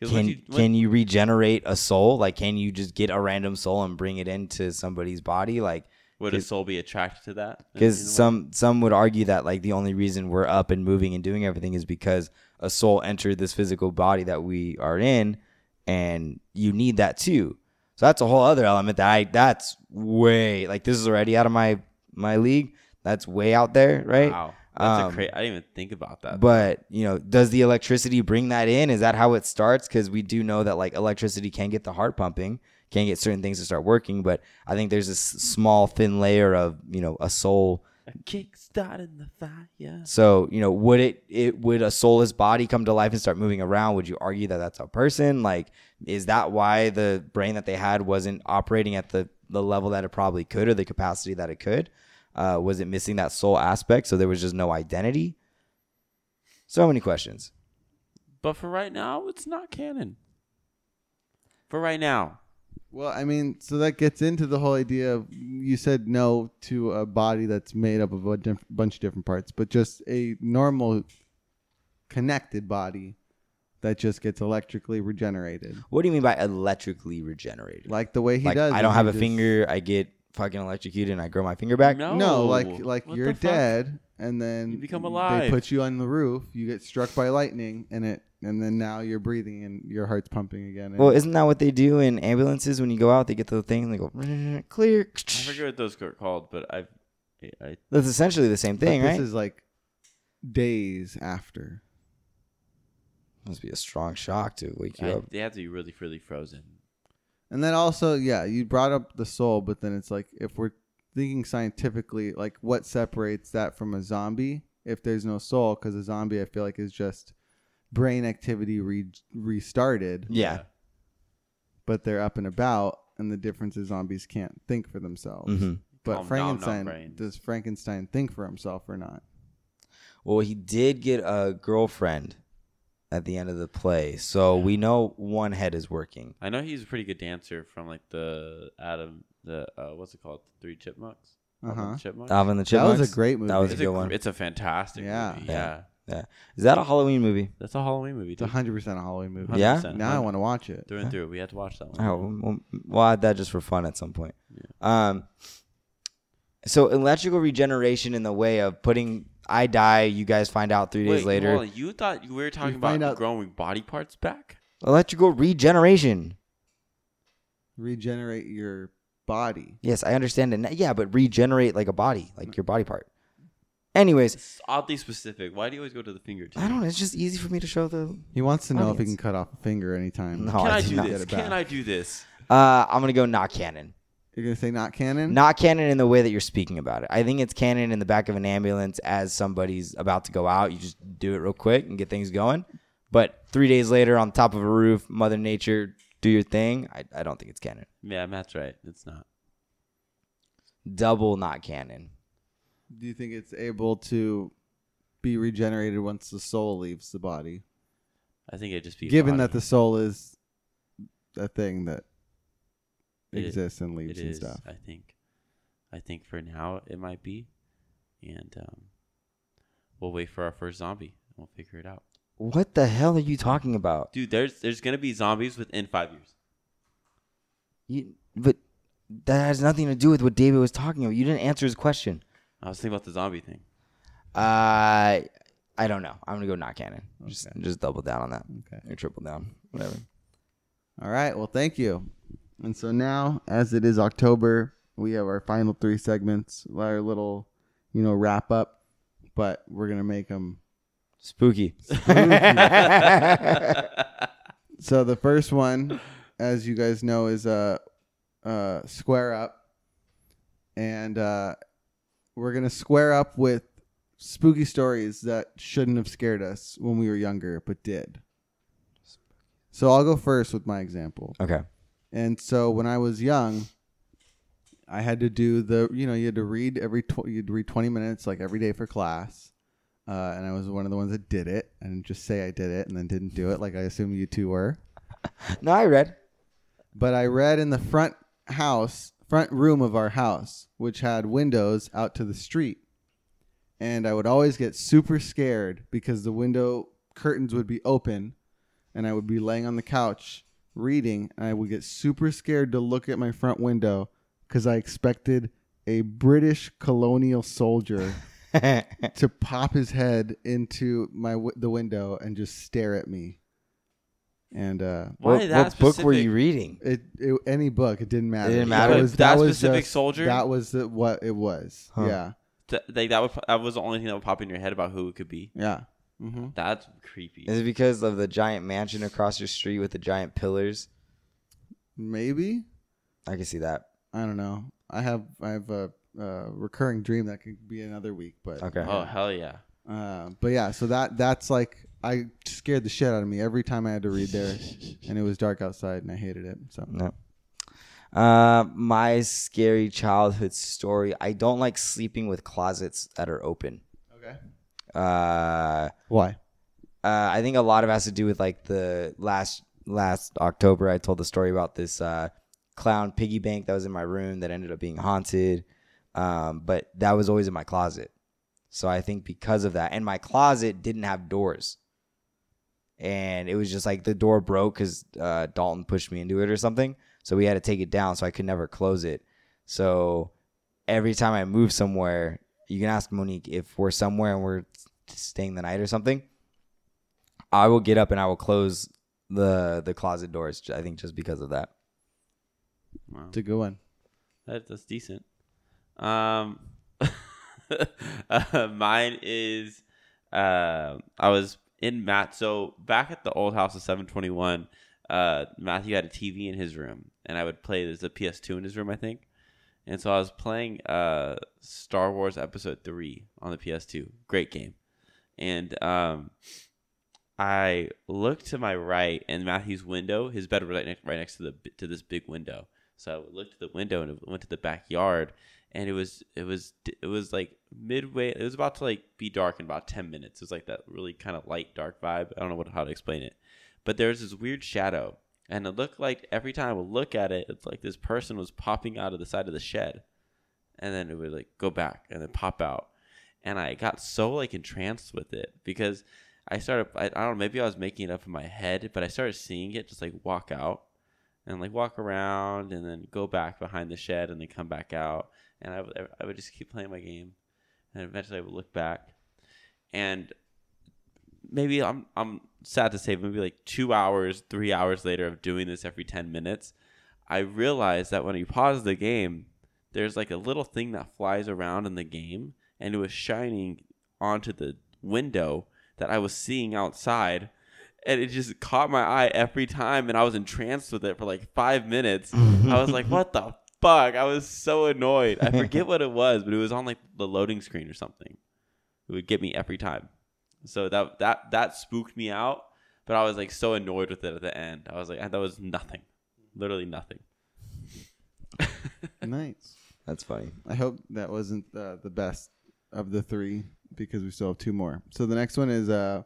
S2: 'Cause once
S1: can
S2: you-
S1: can you regenerate a soul? Like, can you just get a random soul and bring it into somebody's body? Like,
S2: would a soul be attracted to that? in-
S1: because
S2: in a way?
S1: some some would argue that like the only reason we're up and moving and doing everything is because a soul entered this physical body that we are in, and you need that too. So that's a whole other element that I that's way like this is already out of my my league. That's way out there, right?
S2: Wow, that's
S1: Um,
S2: a cra I didn't even think about that.
S1: But you know, does the electricity bring that in? Is that how it starts? Because we do know that like electricity can get the heart pumping, can get certain things to start working. But I think there's this small thin layer of you know a soul.
S2: a kick started the fire.
S1: So you know, would it it would a soulless body come to life and start moving around? Would you argue that that's a person? Like, is that why the brain that they had wasn't operating at the the level that it probably could or the capacity that it could? Uh, was it missing that soul aspect? So there was just no identity. So many questions.
S2: But for right now, it's not canon. For right now,
S3: Well, I mean, so that gets into the whole idea of you said no to a body that's made up of a diff- bunch of different parts, but just a normal connected body that just gets electrically regenerated,
S1: What do you mean by electrically regenerated?
S3: like the way he
S1: Like,
S3: does.
S1: I don't
S3: He
S1: have a
S3: just-
S1: finger. I get fucking electrocuted and I grow my finger back.
S2: no,
S3: No, like like
S2: What
S3: you're
S2: the fuck?
S3: dead, and then
S2: You become alive.
S3: They put you on the roof. You get struck by lightning, and it, and then now you're breathing, and your heart's pumping again. and-
S1: Well, isn't that what they do in ambulances when you go out? They get the thing and they go clear.
S2: I forget what those are called, but I, I
S1: That's essentially the same
S3: but
S1: thing,
S3: this
S1: right?
S3: is like days after.
S1: Must be a strong shock to wake you
S2: I,
S1: up.
S2: they have to be really, really frozen.
S3: And then also, yeah, you brought up the soul, but then it's like if we're thinking scientifically, like what separates that from a zombie if there's no soul? Because a zombie, I feel like, is just brain activity re- restarted,
S1: Yeah.
S3: but they're up and about, and the difference is zombies can't think for themselves.
S1: hmm
S3: But
S2: Call 'em nom-nom
S3: Frankenstein,
S2: brains.
S3: does Frankenstein think for himself or not?
S1: Well, he did get a girlfriend at the end of the play, so we know one head is working.
S2: I know he's a pretty good dancer from like the Adam, the uh, what's it called, the Three Chipmunks.
S3: Uh
S2: Alvin
S3: huh.
S2: and the Chipmunks.
S1: Alvin and the
S3: That
S1: Chipmunks.
S3: was a great movie.
S1: That was a
S2: it's
S1: good one.
S2: It's a fantastic
S3: Yeah.
S2: movie.
S1: Yeah.
S2: Yeah.
S1: Is that a Halloween movie?
S2: that's a Halloween movie.
S3: it's a
S2: Dude.
S3: hundred percent a Halloween movie.
S1: Yeah?
S2: 100%.
S3: Now I want to watch it.
S2: through and through. We had to watch that one.
S1: Oh, we'll, we'll add that just for fun at some point. Um, so electrical regeneration in the way of putting I die, you guys find out three days
S2: Wait,
S1: later.
S2: hold on. you thought you- we were talking
S3: find
S2: about
S3: out-
S2: growing body parts back?
S1: Electrical regeneration.
S3: Regenerate your body.
S1: Yes, I understand it. now- Yeah, but regenerate like a body, like your body part. Anyways,
S2: It's oddly specific. Why do you always go to the finger? too?
S1: I don't. know. It's just easy for me to show the.
S3: He wants to know if he
S1: Audience.
S3: can cut off a finger anytime.
S1: No,
S2: Can
S1: I
S2: I,
S1: did
S2: do
S1: not
S2: this?
S3: get it
S2: Can
S3: back.
S2: I do this?
S1: Uh, I'm gonna go not canon.
S3: You're gonna say not canon?
S1: Not canon in the way that you're speaking about it. I think it's canon in the back of an ambulance as somebody's about to go out. You just do it real quick and get things going. But three days later, on top of a roof, Mother Nature, do your thing. I, I don't think it's canon.
S2: Yeah, Matt's right. It's not.
S1: Double not canon.
S3: Do you think it's able to be regenerated once the soul leaves the body?
S2: I think it'd just be a
S3: Given
S2: body.
S3: that the soul is a thing that
S2: It-
S3: exists and
S2: it
S3: leaves and
S2: is.
S3: stuff.
S2: I think. I think for now it might be, and um, we'll wait for our first zombie. and We'll figure it out,
S1: What the hell are you talking about?
S2: dude. There's there's gonna be zombies within five years.
S1: You, but that has nothing to do with what David was talking about. You didn't answer his question.
S2: I was thinking about the zombie thing.
S1: Uh, I don't know. I'm gonna go not canon. Just
S3: Okay.
S1: just double down on that.
S3: Okay.
S1: Or triple down. Whatever.
S3: All right. Well, thank you. And so now, as it is October, we have our final three segments, our little, you know, wrap up, but we're gonna make them
S1: Spooky.
S3: So the first one, as you guys know, is uh, uh, square up, and uh, we're gonna square up with spooky stories that shouldn't have scared us when we were younger, but did. So I'll go first with my example.
S1: okay.
S3: And so when I was young, I had to do the you know you had to read every tw- you'd read twenty minutes like every day for class. uh, and I was one of the ones that did it. I didn't just say I did it and then didn't do it, like I assume you two were.
S1: No, I read.
S3: But I read in the front house, front room of our house, which had windows out to the street, and I would always get super scared because the window curtains would be open, and I would be laying on the couch reading, and I would get super scared to look at my front window because I expected a British colonial soldier to pop his head into my w- the window and just stare at me. And uh,
S2: Why
S1: what
S2: that
S1: what book were
S2: specific-
S1: you reading?
S3: it, it any book, it didn't matter.
S1: didn't matter?
S2: But that specific soldier?
S3: That was the, what it was.
S1: Huh.
S3: Yeah,
S2: Th- like that, would, that was the only thing that would pop in your head about who it could be.
S3: yeah. Mm-hmm.
S2: That's creepy.
S1: Is it because of the giant mansion across your street with the giant pillars?
S3: Maybe
S1: I can see that.
S3: I don't know. I have I have a, uh recurring dream that could be another week, but
S1: Okay.
S2: Oh hell yeah!
S3: Uh, but yeah, so that that's like I scared the shit out of me every time I had to read there, and it was dark outside and I hated it. So
S1: No. Uh, my scary childhood story. I don't like sleeping with closets that are open.
S3: okay,
S1: Uh,
S3: why?
S1: uh, I think a lot of it has to do with like the last last October I told the story about this uh, clown piggy bank that was in my room that ended up being haunted, um, but that was always in my closet. So I think because of that, and my closet didn't have doors, and it was just like the door broke because uh, Dalton pushed me into it or something. So we had to take it down, so I could never close it. So every time I move somewhere, you can ask Monique if we're somewhere and we're staying the night or something. I will get up and I will close the the closet doors. I think just because of that.
S2: Wow.
S3: It's a good one.
S2: That, that's decent. Um, uh, mine is uh, I was in Matt. So back at the old house of 721, uh, Matthew had a TV in his room, and I would play. There's a PS2 in his room, I think. And so I was playing uh, Star Wars Episode 3 on the PS2. Great game. And um, I looked to my right, and Matthew's window, his bed was right next, right next to the to this big window. So I looked to the window and went to the backyard, and it was it was it was like midway. It was about to like be dark in about ten minutes. It was like that really kind of light dark vibe. I don't know what how to explain it, but there was this weird shadow, and it looked like every time I would look at it, it's like this person was popping out of the side of the shed, and then it would like go back and then pop out, and I got so like entranced with it because I started. I, I don't know. Maybe I was making it up in my head, but I started seeing it just like walk out and like walk around and then go back behind the shed and then come back out and I would, I would just keep playing my game and eventually I would look back and maybe I'm I'm sad to say maybe like 2 hours 3 hours later of doing this every 10 minutes I realized that when you pause the game there's like a little thing that flies around in the game and it was shining onto the window that I was seeing outside and it just caught my eye every time and i was entranced with it for like five minutes i was like what the fuck i was so annoyed i forget what it was but it was on like the loading screen or something it would get me every time so that that that spooked me out but i was like so annoyed with it at the end i was like that was nothing literally nothing
S3: nice.
S1: That's funny.
S3: I hope that wasn't uh, the best of the three because we still have two more. So the next one is uh,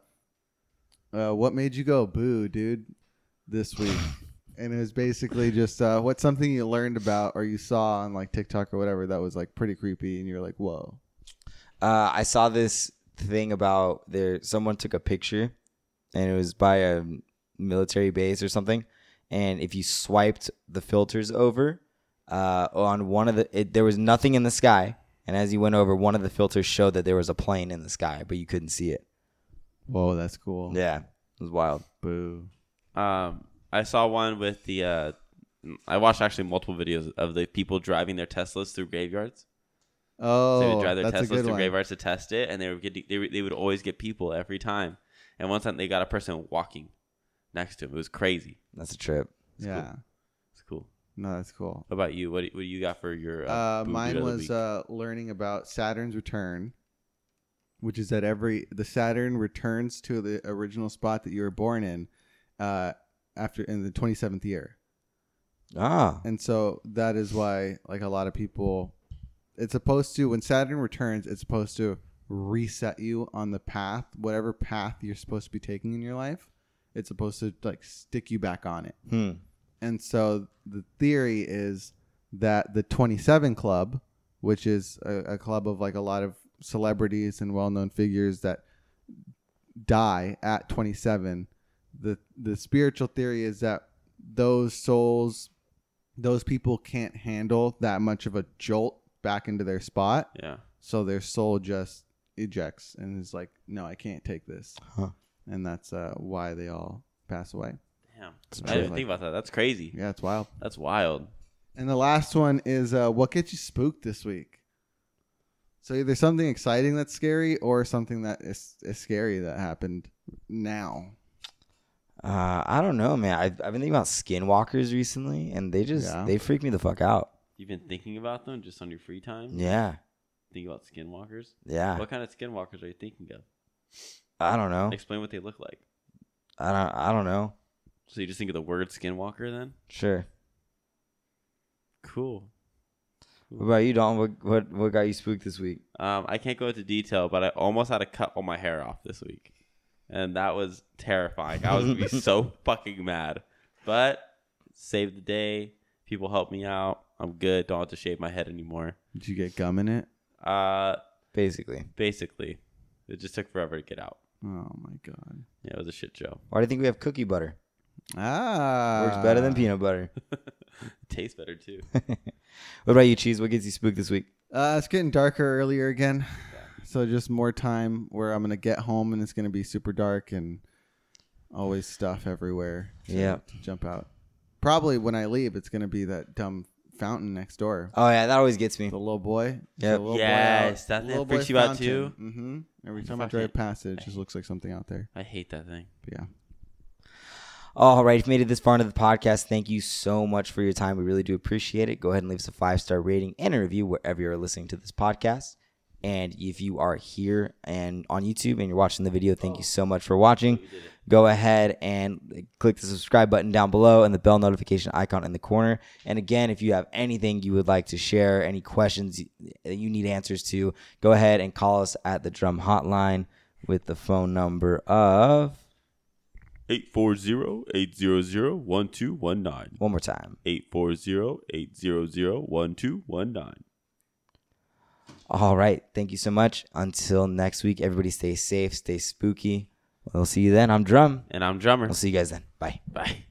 S3: uh, what made you go boo, dude, this week? and it was basically just uh, what's something you learned about or you saw on like TikTok or whatever that was like pretty creepy, and you were like, whoa.
S1: Uh, I saw this thing about there. Someone took a picture, and it was by a military base or something. And if you swiped the filters over, uh, on one of the it, there was nothing in the sky. And as you went over, one of the filters showed that there was a plane in the sky, but you couldn't see it.
S3: Whoa, that's cool.
S1: Yeah, it was wild.
S3: Boo.
S2: Um, I saw one with the. Uh, I watched actually multiple videos of the people driving their Teslas through graveyards.
S3: Oh,
S2: they would drive their
S3: that's a
S2: Teslas
S3: good
S2: through
S3: one.
S2: graveyards to test it, and they were getting, they, were- they would always get people every time. And one time they got a person walking next to him. It was crazy.
S1: That's a trip.
S3: Yeah.
S2: It's cool.
S3: No, that's cool.
S2: What about you? What do- what do you got for your?
S3: Uh,
S2: boo-boo of
S3: mine
S2: the
S3: was
S2: week?
S3: uh, learning about Saturn's return, which is that every the Saturn returns to the original spot that you were born in, uh, after in the twenty seventh year,
S1: Ah,
S3: and so that is why like a lot of people, it's supposed to when Saturn returns, it's supposed to reset you on the path, whatever path you're supposed to be taking in your life. It's supposed to like stick you back on it.
S1: Hmm.
S3: And so the theory is that the 27 Club, which is a, a club of like a lot of celebrities and well-known figures that die at 27, the the spiritual theory is that those souls, those people can't handle that much of a jolt back into their spot,
S2: Yeah.
S3: so their soul just ejects and is like, no, I can't take this,
S1: Huh.
S3: and that's uh, why they all pass away.
S2: Damn. I
S3: true.
S2: didn't even think about that. That's crazy.
S3: Yeah, it's wild.
S2: That's wild.
S3: And the last one is uh, what gets you spooked this week? So either something exciting that's scary or something that is, is scary that happened now.
S1: Uh, I don't know, man. I've, I've been thinking about skinwalkers recently, and they just
S3: Yeah.
S1: they freak me the fuck out.
S2: You've been thinking about them just on your free time?
S1: Yeah,
S2: Thinking about skinwalkers?
S1: yeah.
S2: What kind of skinwalkers are you thinking of?
S1: I don't know.
S2: Explain what they look like.
S1: I don't. I don't know.
S2: So you just think of the word skinwalker then?
S1: Sure.
S2: Cool.
S1: What about you, Don? What what what got you spooked this week?
S2: Um, I can't go into detail, but I almost had to cut all my hair off this week. And that was terrifying. I was going to be so fucking mad. But saved the day. People helped me out. I'm good. Don't have to shave my head anymore.
S3: Did you get gum in it?
S2: Uh,
S1: Basically,
S2: basically, it just took forever to get out.
S3: Oh my god.
S2: Yeah, it was a shit show.
S1: why do you think we have cookie butter?
S3: Ah.
S1: Works better than peanut butter.
S2: It tastes better too.
S1: What about you, Cheese? What gets you spooked this week?
S3: Uh, it's getting darker earlier again. So just more time where I'm going to get home and it's going to be super dark and always stuff everywhere. to-
S1: Yeah.
S3: To jump out. Probably when I leave, it's going to be that dumb fountain next door.
S1: Oh yeah, that always gets me.
S3: The little boy.
S1: Yep.
S2: Yes, that thing freaks you out too?
S3: Mm-hmm. Every time I
S2: Fuck
S3: drive
S2: it.
S3: past it, it just looks like something out there.
S2: I hate that thing.
S3: But yeah.
S1: All right, if you made it this far into the podcast, thank you so much for your time. We really do appreciate it. Go ahead and leave us a five star rating and a review wherever you're listening to this podcast. And if you are here and on YouTube and you're watching the video, thank you so much for watching. Go ahead and click the subscribe button down below and the bell notification icon in the corner. And again, if you have anything you would like to share, any questions that you need answers to, go ahead and call us at the drum hotline with the phone number of
S2: 840-800-1219.
S1: one more time.
S2: 840-800-1219.
S1: All right. Thank you so much. Until next week, everybody stay safe, stay spooky. We'll see you then. I'm Drum.
S2: And I'm Drummer.
S1: I'll see you guys then. Bye.
S2: Bye.